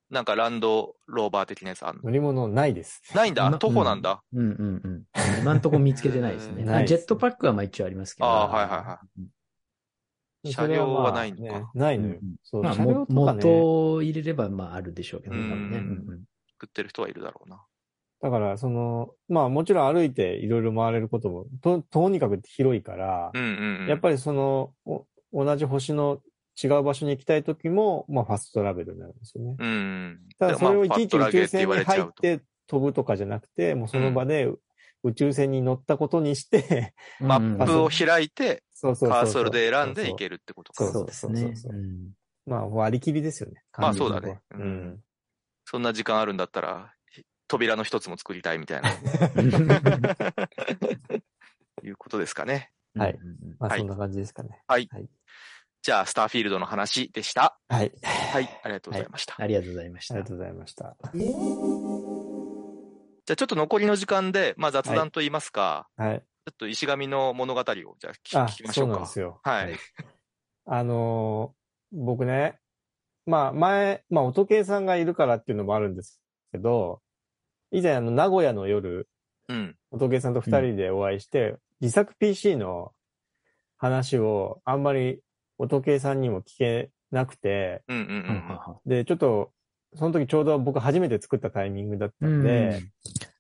S1: なんかランドローバー的なやつあんの
S2: 乗り物ないです。
S1: ないんだ
S3: な
S1: 徒歩なんだ。
S3: うんうんうん。今んとこ見つけてないですね。
S1: うん
S2: ない
S3: あ
S2: です
S3: ジェットパックはまあ一応ありますけど。
S1: ああー、はいはいは車両はないのか
S2: それはまあねないのよ
S3: うんうん。
S2: そう
S3: まあ、
S2: 車両
S3: も
S2: とか
S3: 元
S2: ね。
S3: を入れれば、まあ、あるでしょうけどね。
S1: うん
S3: 多分ねうん
S1: い。食ってる人はいるだろうな。
S2: だから、その、まあもちろん歩いていろいろ回れることも、と、とにかく広いから、
S1: うんうんうん。
S2: やっぱりその、お同じ星の違う場所に行きたいときも、まあ、ファストトラベルになるんですよね。
S1: り。うん。
S2: ただ、それをいちいち
S1: まあ
S2: 宇宙船
S1: ファ
S2: に
S1: ットラゲーって言われちゃ
S2: 入っ
S1: うと
S2: て飛ぶとかじゃなくて、もうその場で宇宙船に乗ったことにして、
S3: うん
S1: マ
S3: うん
S1: ップを開いて、
S2: そうそうそうそう。
S1: カーソルで選んでい
S2: る。
S1: けるってこと
S2: そう
S1: か。
S3: そうです
S2: そ
S3: ね
S2: うそう。そう
S3: うん
S2: まあ、割り切りですよね。
S1: まあ
S2: 完全に
S1: そうだね
S2: ここはうん。
S1: そんな時間あるんだったら、扉の一つも作りたいみたい な、いうことですかね。
S2: はい。
S3: うんうんうん
S2: まあ、
S1: はい
S2: そんな感じですかね。
S1: じゃあ、スターフィールドの話でした。
S2: はい。
S1: はい、ありがとうございました。
S3: ありがとうございまし
S2: あ
S3: た
S2: りが。とうございました。
S1: じゃあ、ちょっと残りの時間で、まあ雑談と言いますか、
S2: はい。
S1: ちょっと石神の物語を、じゃあ聞
S2: あ
S1: 聞き、まし
S2: そ
S1: ょ
S2: う
S1: う
S2: なん
S1: か。
S2: ですよ。
S1: はい。
S2: あのー僕ね、まあ前、まあ音系さんがいるからっていうのもあるんですけど、以前あの名古屋の夜、
S1: うん。
S2: 音系さんと二人でお会いして、自作 PC の話をあんまり音系さんにも聞けなくて、
S1: うんうん
S3: う
S1: うんん。
S2: で、ちょっと、その時ちょうど僕初めて作ったタイミングだったんで、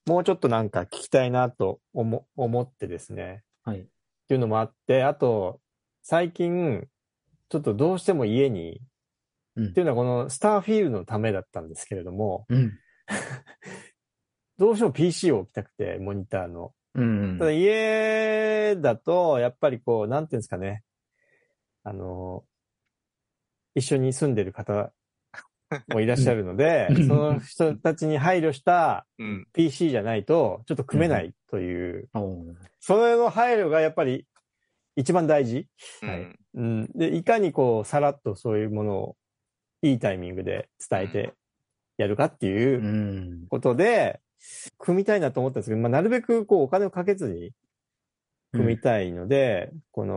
S2: もうちょっとなんか聞きたいなと思思ってですね、
S3: はい。
S2: っていうのもあって、あと、最近、ちょっとどうしても家に、
S3: うん
S2: っていうのはこのスターフィールドのためだったんですけれども、
S3: うん。
S2: どうしても PC を置きたくて、モニターの。
S3: うん
S2: ただ家だと、やっぱりこう、なんていうんですかね、あの、一緒に住んでる方もいらっしゃるので
S3: う、ん
S2: その人たちに配慮した
S1: うん
S2: PC じゃないと、ちょっと組めないという、
S3: おー。
S2: それの配慮がやっぱり一番大事。
S1: うん
S2: はいうん。で、いかにこう、さらっとそういうものをいいタイミングで伝えてやるかっていううんことで、組みたいなと思ったんですけど、まあ、なるべくこう、お金をかけずに組みたいので、この、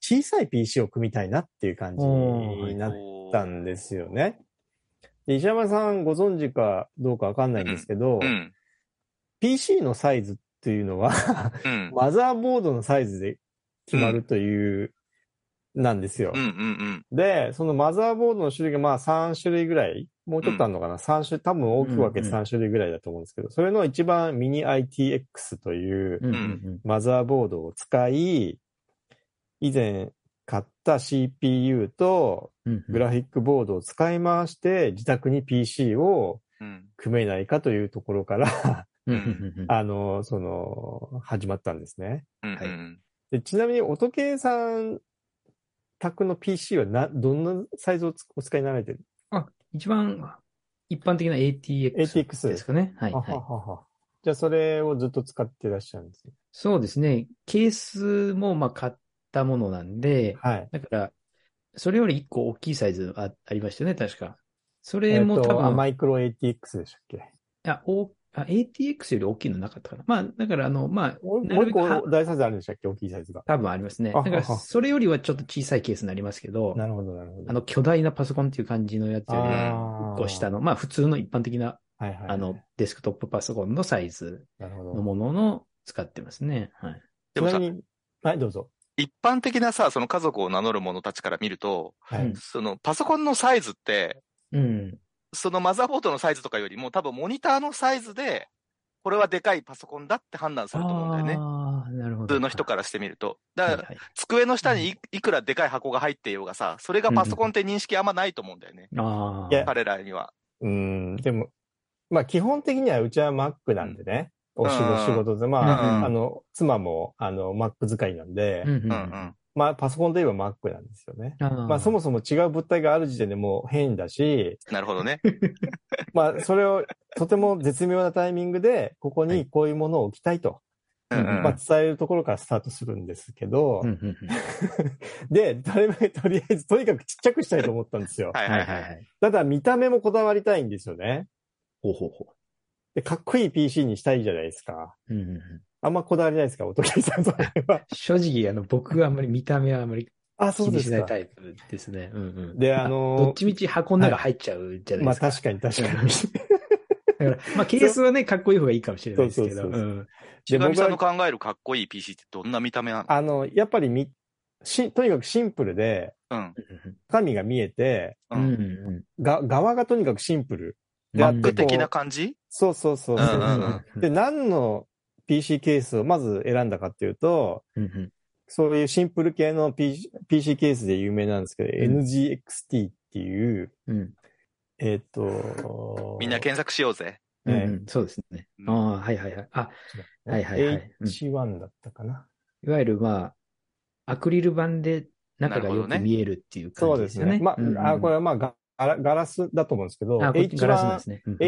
S2: 小さい PC を組みたいなっていう感じになったんですよね。で石山さんご存知かどうかわかんないんですけど、
S1: うん。
S2: PC のサイズっていうのは、
S1: うん。
S2: マザーボードのサイズで決まるという、なんですよ
S1: うんう。んうん。
S2: で、そのマザーボードの種類がまあ3種類ぐらい、もうちょっとあるのかな、三種類、多分大きく分けて
S3: うんうん
S2: 3種類ぐらいだと思うんですけど、それの一番ミニ ITX という
S3: うんうん
S2: マザーボードを使い、以前買った CPU と
S3: うん。
S2: グラフィックボードを使い回して、自宅に PC を
S1: うん。
S2: 組めないかというところから、
S3: うんうんうん
S2: あの、その、始まったんですね。
S1: うん
S3: はい
S2: でちなみに、音系さん、宅の PC はな、どんなサイズをつお使いになられてる
S3: あ、一番一般的な ATX
S2: ATX
S3: ですかね。はい、
S2: あ
S3: はい
S2: は。ははじゃあ、それをずっと使ってらっしゃるんですね。
S3: そうですね。ケースもまあ買ったものなんで、
S2: はい。
S3: だから、それより一個大きいサイズあありましたよね、確か。そ
S2: え
S3: れ
S2: っ
S3: も多
S2: と、あ
S3: 分、
S2: マイクロ ATX でしたっけ
S3: あおあ ATX より大きいのなかったかな。まあ、だから、あの、まあ、
S2: もう
S3: な
S2: もう
S3: る
S2: 一個
S3: べくは
S2: 大サイズあるんでしたっけ大きいサイズが。
S3: 多分ありますね。
S2: あ
S3: だから、
S2: はは
S3: それよりはちょっと小さいケースになりますけど、
S2: なるほど、なるほど。
S3: あの、巨大なパソコンっていう感じのやつより
S2: あ
S3: は、
S2: ー
S3: 一個下の、まあ、普通の一般的な、
S2: はいはい。
S3: あの、、デスクトップパソコンのサイズ
S2: なるほ
S3: の
S2: ど。
S3: ものの使ってますね。はい。
S1: で
S2: ち
S1: も
S2: な
S1: さ、
S2: みに、はい、どうぞ。
S1: 一般的なさ、その家族を名乗る者たちから見ると、
S2: は
S3: う
S2: い
S3: ん。
S1: そのパソコンのサイズって、
S3: うん。
S1: そのマザーボードのサイズとかよりも多分モニターのサイズで、これはでかいパソコンだって判断されると思うんだよね。
S3: あああ、なるほ
S1: 普
S3: ど。
S1: 通の人からしてみると。だ
S3: は
S1: か
S3: い
S1: ら、
S3: はい。
S1: 机の下にいいくらでかい箱が入っていようがさ、それがパソコンって認識あんまないと思うんだよね。
S3: あ
S2: いや
S3: あ。
S1: 彼らには。
S2: うん、でも、まあ基本的にはうちは Mac なんでね。お仕
S1: うん
S2: 事、仕事で。ま
S1: うんうん
S2: あ、あの、妻も、あの、Mac 使いなんで、
S3: うんう
S1: うん
S3: ん
S1: う
S3: あ
S1: ん。
S2: まあパソコンといえば Mac なんですよね。
S3: ー
S2: まあそもそも違う物体がある時点でもう変だし、
S1: なるほどね。
S2: まあそれをとても絶妙なタイミングで、ここにこういうものを置きたいと、
S1: うんうん。
S2: まあ伝えるところからスタートするんですけど、
S3: うんうんうん
S2: で、誰もとりあえずとにかくちっちゃくしたいと思ったんですよ。
S1: はい
S3: は
S1: はいい
S3: は
S1: はい。
S3: はいい。
S2: ただ見た目もこだわりたいんですよね。
S3: ほうほうほ
S2: で、かっこいい PC にしたいじゃないですか。
S3: う。うんうんうん
S2: あんまこだわりないですか、おときさんそれ は。
S3: 正直、あの、僕はあんまり見た目はあんまり
S2: あ、
S3: 気
S2: そうで
S3: に
S2: す
S3: しない
S2: か
S3: タ。イプですね。うんうん。
S2: であのー
S3: どっちみち箱の中入っちゃうじゃない
S2: ま
S3: で
S2: あ
S3: すか。
S2: 確かに確かに。
S3: だから、まあケースはね、かっこいい方がいいかもしれないですけど。
S2: そうそうそう
S3: うん
S1: ちがみさんの
S2: 僕は
S1: 考えるかっこいい PC ってどんな見た目なの
S2: あの、やっぱりみ、し、とにかくシンプルで、
S1: うん。
S2: 中身が見えて、
S1: う
S3: うん
S1: ん。
S3: うん。
S2: が、側がとにかくシンプル。
S3: で
S2: で
S3: あ
S2: あっ
S3: っ
S2: てて
S1: 具的な感じ
S2: そうそうそうそう
S1: うんうん
S3: うん
S2: で、何の PC ケースをまず選んだかっていうと、そういうシンプル系の PC, PC ケースで有名なんですけど、
S3: うん
S2: NGXT っていう、
S3: うん。
S2: えっ、と、
S1: みんな検索しようぜ。
S3: う
S2: ね
S3: ん。そうですね。
S1: うん
S3: ああ、はいはいはい。あ、はいはいはいうん
S2: H1 だったかな。
S3: いわゆるまあ、アクリル板で中がよく見えるっていう
S2: そう
S3: 感じ
S2: で
S3: です
S2: す
S3: よね。
S2: ね。まあ、
S3: うんうん
S2: あこれはまあガラ、ガラスだと思うんですけど、
S3: あ、こっちガラスなん
S2: H1、
S3: ですね。うんうん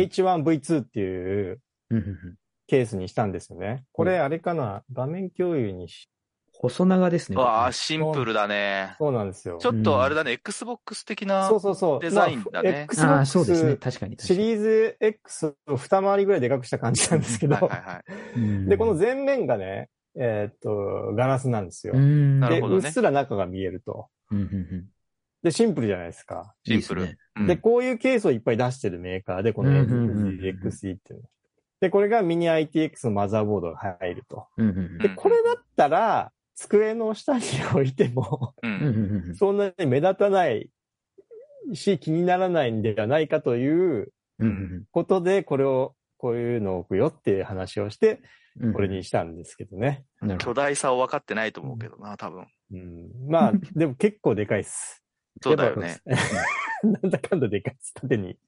S2: H1V2 っていう
S3: うんうんうん
S2: ケースにしたんですよね。こ
S3: う
S2: れ、あれかな、画面共有にし、
S3: 細長ですね。
S1: うわあ、シンプルだね。
S2: そうなんですよ。
S1: ちょっとあれだね、Xbox 的な
S2: そうそうそう。
S1: デザインだね
S2: ま
S3: あ
S2: あ
S3: あ、そうですね。
S2: Xbox
S3: 確かに。
S2: シリーズ X を二回りぐらいでかくした感じなんですけど、
S1: はいはいはい。
S3: ー
S2: で、この前面がね、えーっと、ガラスなんですよ。
S3: うん。
S1: な
S2: で、
S1: るほど
S2: うっ
S1: ね
S2: すら中が見えると。
S3: うんうんうん
S2: で、シンプルじゃないですか。
S1: シンプル。
S3: いいですね
S1: うん
S2: で、こういうケースをいっぱい出してるメーカーで、この
S3: うん
S2: NGXE
S3: うんうんうん
S2: っていうの。で、これがミニ ITX のマザーボードが入ると。
S3: うんうん
S2: で、
S1: うん
S2: これだったら、机の下に置いて も、
S1: う
S3: うんうん
S1: ん。
S3: うんうん
S2: そんなに目立たないし、気にならないんではないかという
S3: うんうん
S2: ことで、これを、こういうのを置くよっていう話をして、
S3: うんうん
S2: これにしたんですけどね。
S3: なるほ
S1: 巨大さを分かってないと思うけどな、多分。
S2: うん、まあ、でも結構でかいっす。
S1: そうだよね。
S2: やっぱ。 なんだかんだでかいです、縦に。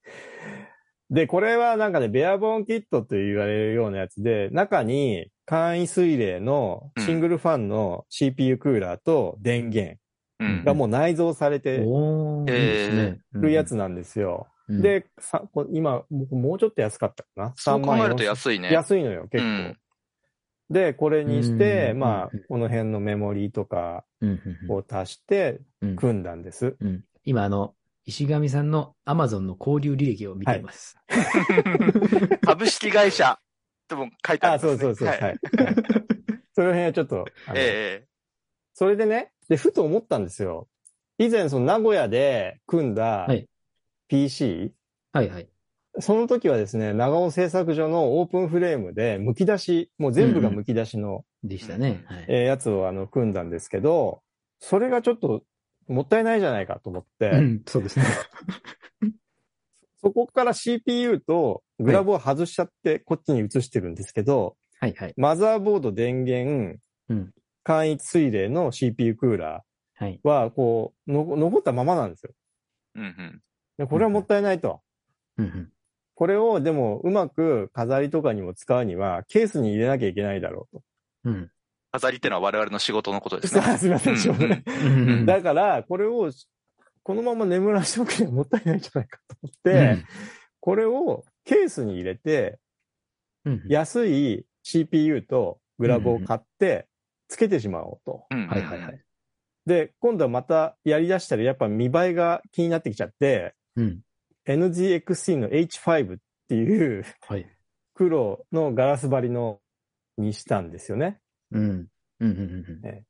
S2: で、これはなんかね、ベアボーンキットと言われるようなやつで、中に簡易水冷のシングルファンの CPU クーラーと電源
S1: うん
S2: が。もう内蔵され
S3: ど。
S2: て
S3: おー、いいですね。
S2: るやつなんですよ。
S3: うん、
S2: で、さこ今、僕もうちょっと安かったかな。
S1: そう考えると
S2: 34,000
S1: 安いね。
S2: 安いのよ、結
S1: う
S2: 構。
S1: ん
S2: で、これにして、
S3: うん
S2: まあ
S3: うん、
S2: この辺のメモリーとか
S3: うんうんうん
S2: を足して
S3: うん
S2: 組んだんです。
S3: うん今、あの、石上さんの Amazon の交流履歴を見ています。
S1: 株式会社とも書いてあ
S2: あ、
S1: るんです
S2: そ
S1: ね。
S2: うそうそう。はい。
S1: は。
S2: はいい その辺はちょっと、あの
S1: え
S2: それでね、で、ふと思ったんですよ。以前、その名古屋で組んだ
S3: はい
S2: PC、
S3: はい、はい、
S2: その時はですね、長尾製作所のオープンフレームで、剥き出し、もう全部が剥き出しの、
S3: でしたね。はい。
S2: えーやつをあの組んだんですけど、それがちょっともったいないじゃないかと思って、
S3: うん、そうですね。
S2: そこから CPU とグラボを外しちゃって、こっちに移してるんですけど、
S3: はい、はい。
S2: マザーボード電源、
S3: うん
S2: 簡易水冷の CPU クーラー、
S3: はい。
S2: は、こう、の残ったままなんですよ。
S1: えうんうん。
S2: でこれはもったいないと。
S3: うんうん
S2: これを、でも、うまく飾りとかにも使うには、ケースに入れなきゃいけないだろう
S3: うん
S1: 飾りってのは我々の仕事のことで
S2: と。
S1: すね。
S2: すみません、しょうがない
S3: うんうん
S2: だから、これを、このまま眠らしておくにはもったいないんじゃないかと思って、これをケースに入れて、
S3: うんうん
S2: 安い CPU とグラボを買って、つけてしまおうと。
S1: うんうん
S3: はい、はい、はい。
S2: で、今度はまたやり出したら、やっぱ見栄えが気になってきちゃって、
S3: うん。
S2: NGXC の H5 っていう、
S3: はい。
S2: 黒のガラス張りのにしたんですよね。
S3: うん。うんうんうんうん。
S2: で、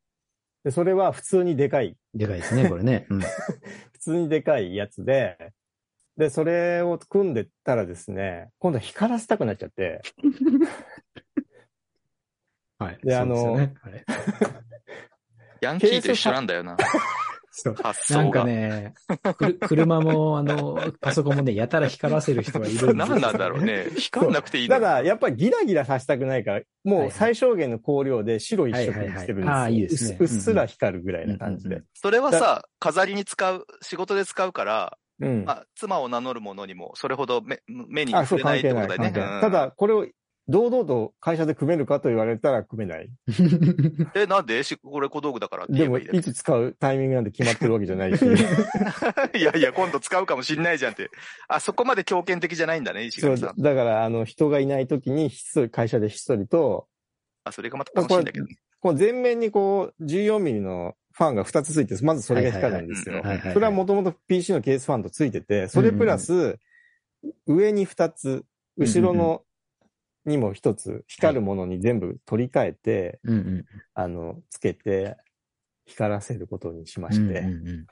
S2: それは普通にでかい、
S3: でかいですね、これね。うん。
S2: 普通にでかいやつで、で、それを組んでったらですね、今度光らせたくなっちゃって、
S3: はい。
S2: で
S3: そうすよねはい
S1: ヤンキーと一緒なんだよな。
S3: そう
S1: 発
S3: な
S1: 想
S3: んか
S1: が。
S3: ね、くる車も、あの、パソコンもね、やたら光らせる人がいるんです よ
S1: 何なんだろう ね。光んなくていいの
S2: た
S1: に
S2: だ、やっぱりギラギラさせたくないから、もう最小限の光量で白一色にしてるんですよ。
S3: はいはいはいああいいですね
S2: うっすうっすら光るぐらいな感じで。
S1: それはさ、飾りに使う、仕事で使うから、
S2: うん
S1: ま。あ、妻を名乗る者にも、それほど目目に
S2: あ、
S1: 触
S2: そう、
S1: れな
S2: 関
S1: いって
S2: 係
S1: こと
S2: な
S1: だよね。
S2: い。関係ない。
S1: うん
S2: ただ、、これを堂々と会社で組めるかと言われたら組めない。
S1: え、なんでしこれ小道具だからって言
S2: で
S1: え
S2: も、
S1: ばいいだ
S2: いつ使うタイミングなんて決まってるわけじゃない し。
S1: け いやいや、今度使うかもしんないじゃんって。あ、そこまで強権的じゃないんだね、石
S2: そう、
S1: 垣さ
S2: だ
S1: ん。
S2: から、あの、人がいないときに、ひっそり、会社でひっそりと、
S1: あ、それがまた楽しいんだけどね。
S2: こう前面にこう、14ミリのファンが2つついて、まずそれが光るんです
S1: は
S2: よ
S1: い
S3: はいはいはい。
S2: それはもともと PC のケースファンとついてて、それプラス、上に2つ、後ろのにも1つ、光るものに全部取り替えて、
S3: うんうん
S2: あの、つけて、光らせることにしま
S3: うん
S2: し
S3: うん
S2: て、
S3: うん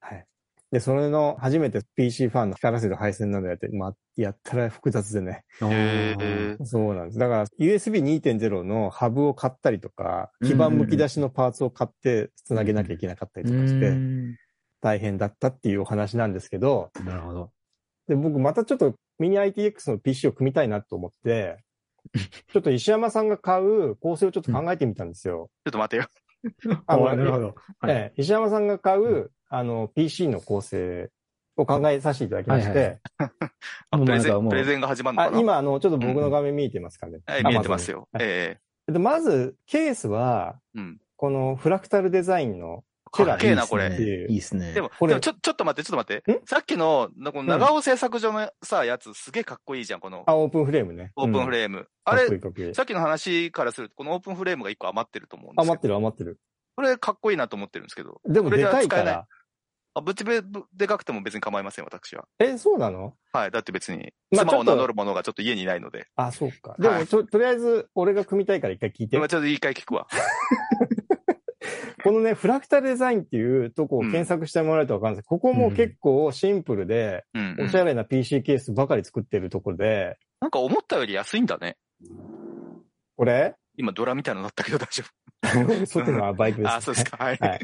S2: はい。で、それの、初めて PC ファンの光らせる配線などやって、ま、やったら複雑でね。
S3: あー
S1: へー
S2: そうなんです。だから、USB2.0 のハブを買ったりとか、基板剥き出しのパーツを買って繋げなきゃいけなかったりとかし
S3: う
S2: て、
S3: ん
S2: 大変だったっていうお話なんですけど、
S3: なるほど。
S2: で、僕またちょっとミニ ITX の PC を組みたいなと 思って、ちょっと石山さんが買う構成をちょっと考えてみたんですよ。
S1: ちょっと待てよ。
S2: あ
S3: お
S2: の
S3: ーなるほど。はい
S2: ええ石山さんが買う、あの、PC の構成を考えさせていただきまして、
S3: はいはい
S1: あ
S3: もう
S1: プ
S3: な
S1: レ
S3: ん
S1: ゼ
S3: か
S1: ン、
S3: もう
S1: プレゼンが始まるのかな
S2: あ今、あの、ちょっと僕の画面見えてますかね。
S1: はい、見えてますよ。
S2: Amazon に。
S1: え
S2: で、まず、ケースは、
S1: うん
S2: このフラクタルデザインの
S1: えか
S2: テ
S1: っ
S2: ラ
S1: けえな、こ
S3: い
S1: れ。
S3: いですね。いいっすね
S1: でも、
S2: これ
S1: でもちょ、ちょっと待って、ちょっと待って。
S2: ん
S1: さっきの、なこの長尾製作所のさ、やつ、すげえかっこいいじゃん、この
S2: あ、オープンフレームね。
S1: オープンフ
S2: ーム。
S1: レーム。あ
S2: あれ
S1: れ、さっきの話からすると、このオープンフレームが一個余ってると思うんですけど。
S2: 余ってる余ってる。
S1: これかっこいいなと思ってるんですけど。
S2: でも
S1: これ
S2: で
S1: じゃ
S2: かいか
S1: 使えな
S2: ら。
S1: あ、ぶっちべ、ぶでかくても別に構いません、私は。
S2: え、そうなの
S1: はい。だって別に、
S2: ま
S1: 妻を
S2: あちょっと
S1: 名乗る者がちょっと家にいないので。
S2: あ、そうか。で
S1: は
S2: も
S1: い
S2: ちょ、とりあえず、俺が組みたいから一回聞いて。
S1: 今ちょっと一回聞くわ。
S2: このね、フラクタルデザインっていうとこを検索してもらえるとわかるんですけどここも結構シンプルで、
S1: うん、う
S2: お
S1: ん
S2: し。ゃれな PC ケースばかり作ってるところで、
S1: なんか思ったより安いんだね。
S2: これ
S1: 今ドラみたいなのだったけど大丈
S2: 外のバイクで
S1: 夫。
S2: す、ね。
S1: あ、そうですか。はい。
S2: はい。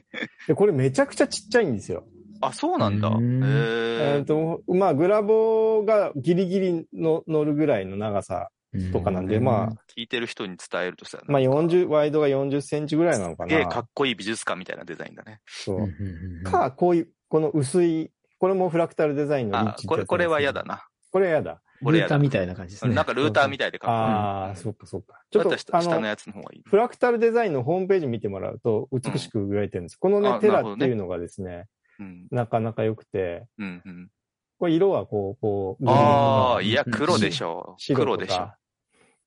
S2: で、これめちゃくちゃちっちゃいんですよ。
S1: あ、そうなんだ。へ
S3: うん
S2: え
S1: え
S2: っ。と、まあ、グラボがギリギリの乗るぐらいの長さとかなんで、まあ、
S1: 聞いてる人に伝えるとしたら。
S2: まあ、40、ワイドが40センチぐらいなのか
S1: すげえか
S2: な
S1: っ。こいい美術館みたいなデザインだね。
S2: そ
S3: うんうん
S2: う。
S3: うんうん、
S2: か、こういう、この薄い、これもフラクタルデザインのリッ
S1: あ
S2: チ、ってやつ
S1: これ、これは嫌だな。
S2: これは嫌だ。
S3: ルーターみたいな感じですね。
S1: なんかルーターみたいでかっ
S2: ああ、そっかそっか。ち
S1: こい
S2: ょ
S1: い。だ
S2: っと
S1: っ、た
S2: あ
S1: ら下の
S2: の、
S1: やつの方がいい。
S2: フラクタルデザインのホームページ見てもらうと、美しく描いてるんです。この
S1: あ
S2: ね、テ
S1: な
S2: ラ
S1: るほど
S2: っ
S1: ね
S2: ていうのがですね、
S1: うん。
S2: なかなか良くて、
S1: うん。うん。
S2: これ色はこう、こう、
S1: ああ、
S3: うん
S1: いや、黒でしょう。
S2: 白
S1: 黒
S2: と
S1: でしょ
S2: か。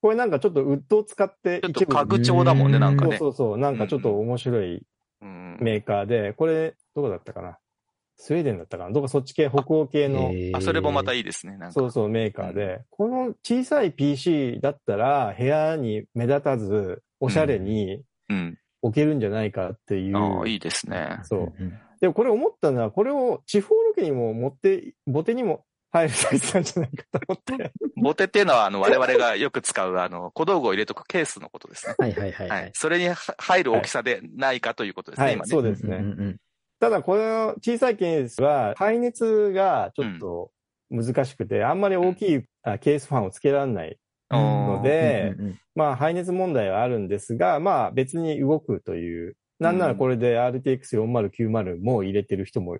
S2: これなんかちょっとウッドを使って
S1: う。ちょっ
S2: 一
S1: と
S2: 部
S1: 家具調だもんね、なんか
S2: そう
S1: ね。
S2: そうそう、なんかちょっと面白い
S1: うん。
S2: メーカーで、これ、どこだったかなスウェーデンだったかなどこかそっち系、北欧系の、
S1: あ、それもまた
S3: い
S1: いいですね。なんか。
S2: そうそうメーカーで、この小さい PC だったら部屋に目立たず、おしゃれに
S1: うん。
S2: 置けるんじゃないかっていう。
S1: ああ、いいですね。
S2: そう。
S3: うんうん
S2: でもこれ思ったのは、これを地方ロケにも持って、ボテにも入るサイズなんじゃないかと 思って。
S1: ボテっていうのは、あの、我々がよく使う、あの、小道具を入れとくケースのことですね。
S3: はいはいはい。
S1: はい。それには入る大きさでないかということです
S2: は
S1: ね、
S2: い
S1: 今、ね。
S2: そうですね。
S3: うんうんうん
S2: ただ、この小さいケースは、排熱がちょっと難しくて、あんまり大きいあケースファンをつけられないの
S1: あー
S2: で、
S3: うんうんうん
S2: まあ、排熱問題はあるんですが、まあ、別に動くという、なんならこれで RTX4090 も入れてる人も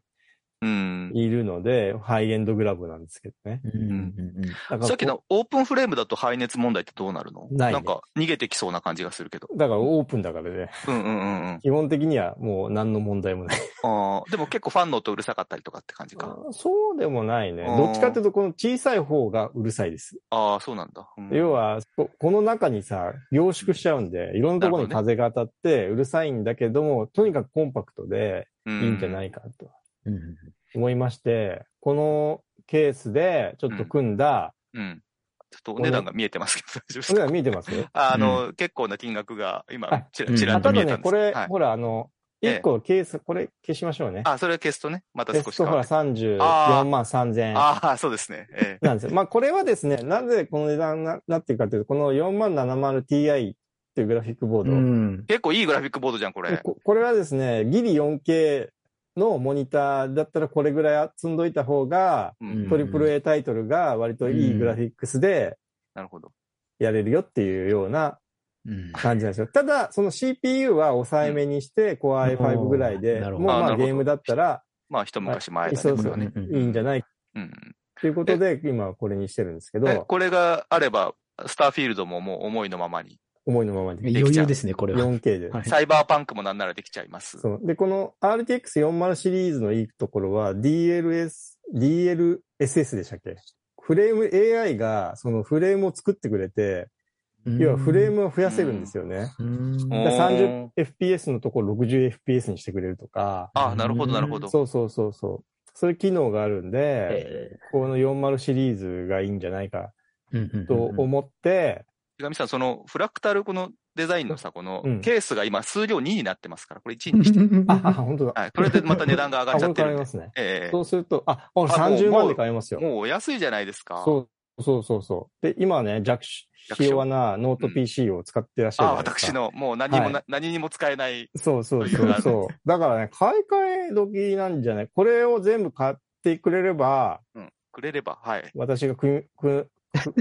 S1: うん。
S2: いるので、ハイエンドグラブなんですけどね。
S3: うんうんうん
S2: だから
S1: さっきのオープンフレームだと排熱問題ってどうなるの
S2: ないね
S1: んか逃げてきそうな感じがするけど。
S2: だからオープンだからね、
S1: うんうんうんうん。
S2: 基本的にはもう何の問題もない。
S1: ああ、でも結構ファンの音うるさかったりとかって感じか。
S2: そうでもないね。
S1: あー
S2: どっちかっていうと、この小さい方がうるさいです。
S1: ああ、そうなんだ。うん
S2: 要、は、ここの中にさ、凝縮しちゃうんで、いろんなところに風が当たって、うるさいんだけども、とにかくコンパクトで
S1: い
S2: いいんじゃないいかと
S3: うんうん
S2: 思いまして、このケースでちょっと組んだ、
S1: うん。ちょっとお値段が見えてますけど、大丈夫です
S2: これ
S1: か
S2: は見えてますね。
S1: ああの、結構な金額が今
S2: あ、
S1: ち
S3: う
S1: ら
S3: ん
S1: ちら
S2: あ
S1: っと
S2: た
S1: 見え
S2: だ
S1: た
S2: ね、
S1: んです
S2: こ
S1: けど
S2: れ、
S1: はい
S2: ほら、あの、
S1: ええ
S2: 1個ケース、これ消しましょうね。
S1: あ、それ消すとね、また
S2: テ
S1: 少
S2: ス
S1: し
S2: ト
S1: 変
S2: ほ
S1: わ
S2: ら
S1: る。
S2: 34万3000円。
S1: ああ、そうですね。ええ
S2: なんですよ。まあ、これはですね、なぜこの値段ななってるかというと、この 4070ti っていうグラフィックボード、
S3: うん
S1: 結構いいグラフィックボードじゃん、これ。
S2: ここれはですね、ギリ 4K のモニターだったらこれぐらい積んどいた方が、
S1: う
S3: うん
S1: ん。
S2: トリプル a タイトルが割といいグラフィックスで
S1: なるほど。
S2: やれるよっていうような
S3: うん。
S2: 感じなんですよ。ただ、その CPU は抑えめにして、Core i5 ぐらいで、
S3: うんな
S2: も
S3: る
S2: う
S3: ほど
S2: ま
S1: あな
S2: あ
S1: るほ
S2: ゲ
S1: ど
S2: ームだったら
S1: まあ、一昔前だ
S2: そ
S1: ね、
S2: う
S1: こ
S2: そ
S1: れ
S2: う
S1: はね。
S2: いいんじゃない
S1: うん。
S2: ということで、今はこれにしてるんですけ
S1: で
S2: ど、
S1: これがあれば、スターフィールドももう思いのままに、
S2: 思いのままに
S3: 余裕ですね、これは。
S2: 4K で。
S3: はい
S1: サイバーパンクもなんならできちゃいます。
S2: そうで、この RTX40 シリーズのいいところは DLS、DLSS でしたっけフレーム AI がそのフレームを作ってくれて、要はフレームを増やせるんですよね。
S3: うん。
S1: うん
S2: だから
S1: お
S2: 30fps のところ 60fps にしてくれるとか、
S1: ああ、なるほど、なるほど。
S2: そうそうそうそう。そういう機能があるんで、
S3: え
S2: この40シリーズがいいんじゃないか
S3: ーうんうんうん
S2: と思って、
S1: ひがみさん、そのフラクタルこのデザインのさ、この
S2: うん
S1: ケースが今数量2になってますから、これ1にして。
S2: あ、あ、本当だ。
S1: はい。これでまた値段が上がっちゃって
S2: あこ
S1: る
S2: れ買い
S1: ん
S2: ま
S1: で。
S2: すね。
S1: え
S2: そうすると、あ、俺
S1: あもう
S2: 30万で買えま
S1: え
S2: すよ。
S1: もうお安いじゃないですか。
S2: そうそうそうそう。で、今はね、弱視、
S1: 弱
S2: ひ
S1: 視
S2: 弱なノート
S1: うん
S2: PC を使ってらっしゃ
S1: あ
S2: る
S1: あ、
S2: じゃないです
S1: 私
S2: か。
S1: の、もう何にもな、
S2: は
S1: 何にも使えない。
S2: そうそうそう そう。だからね、買い替え時なんじゃないこれを全部買ってくれれば、
S1: うん。くれれば、はい。
S2: 私が組 み、組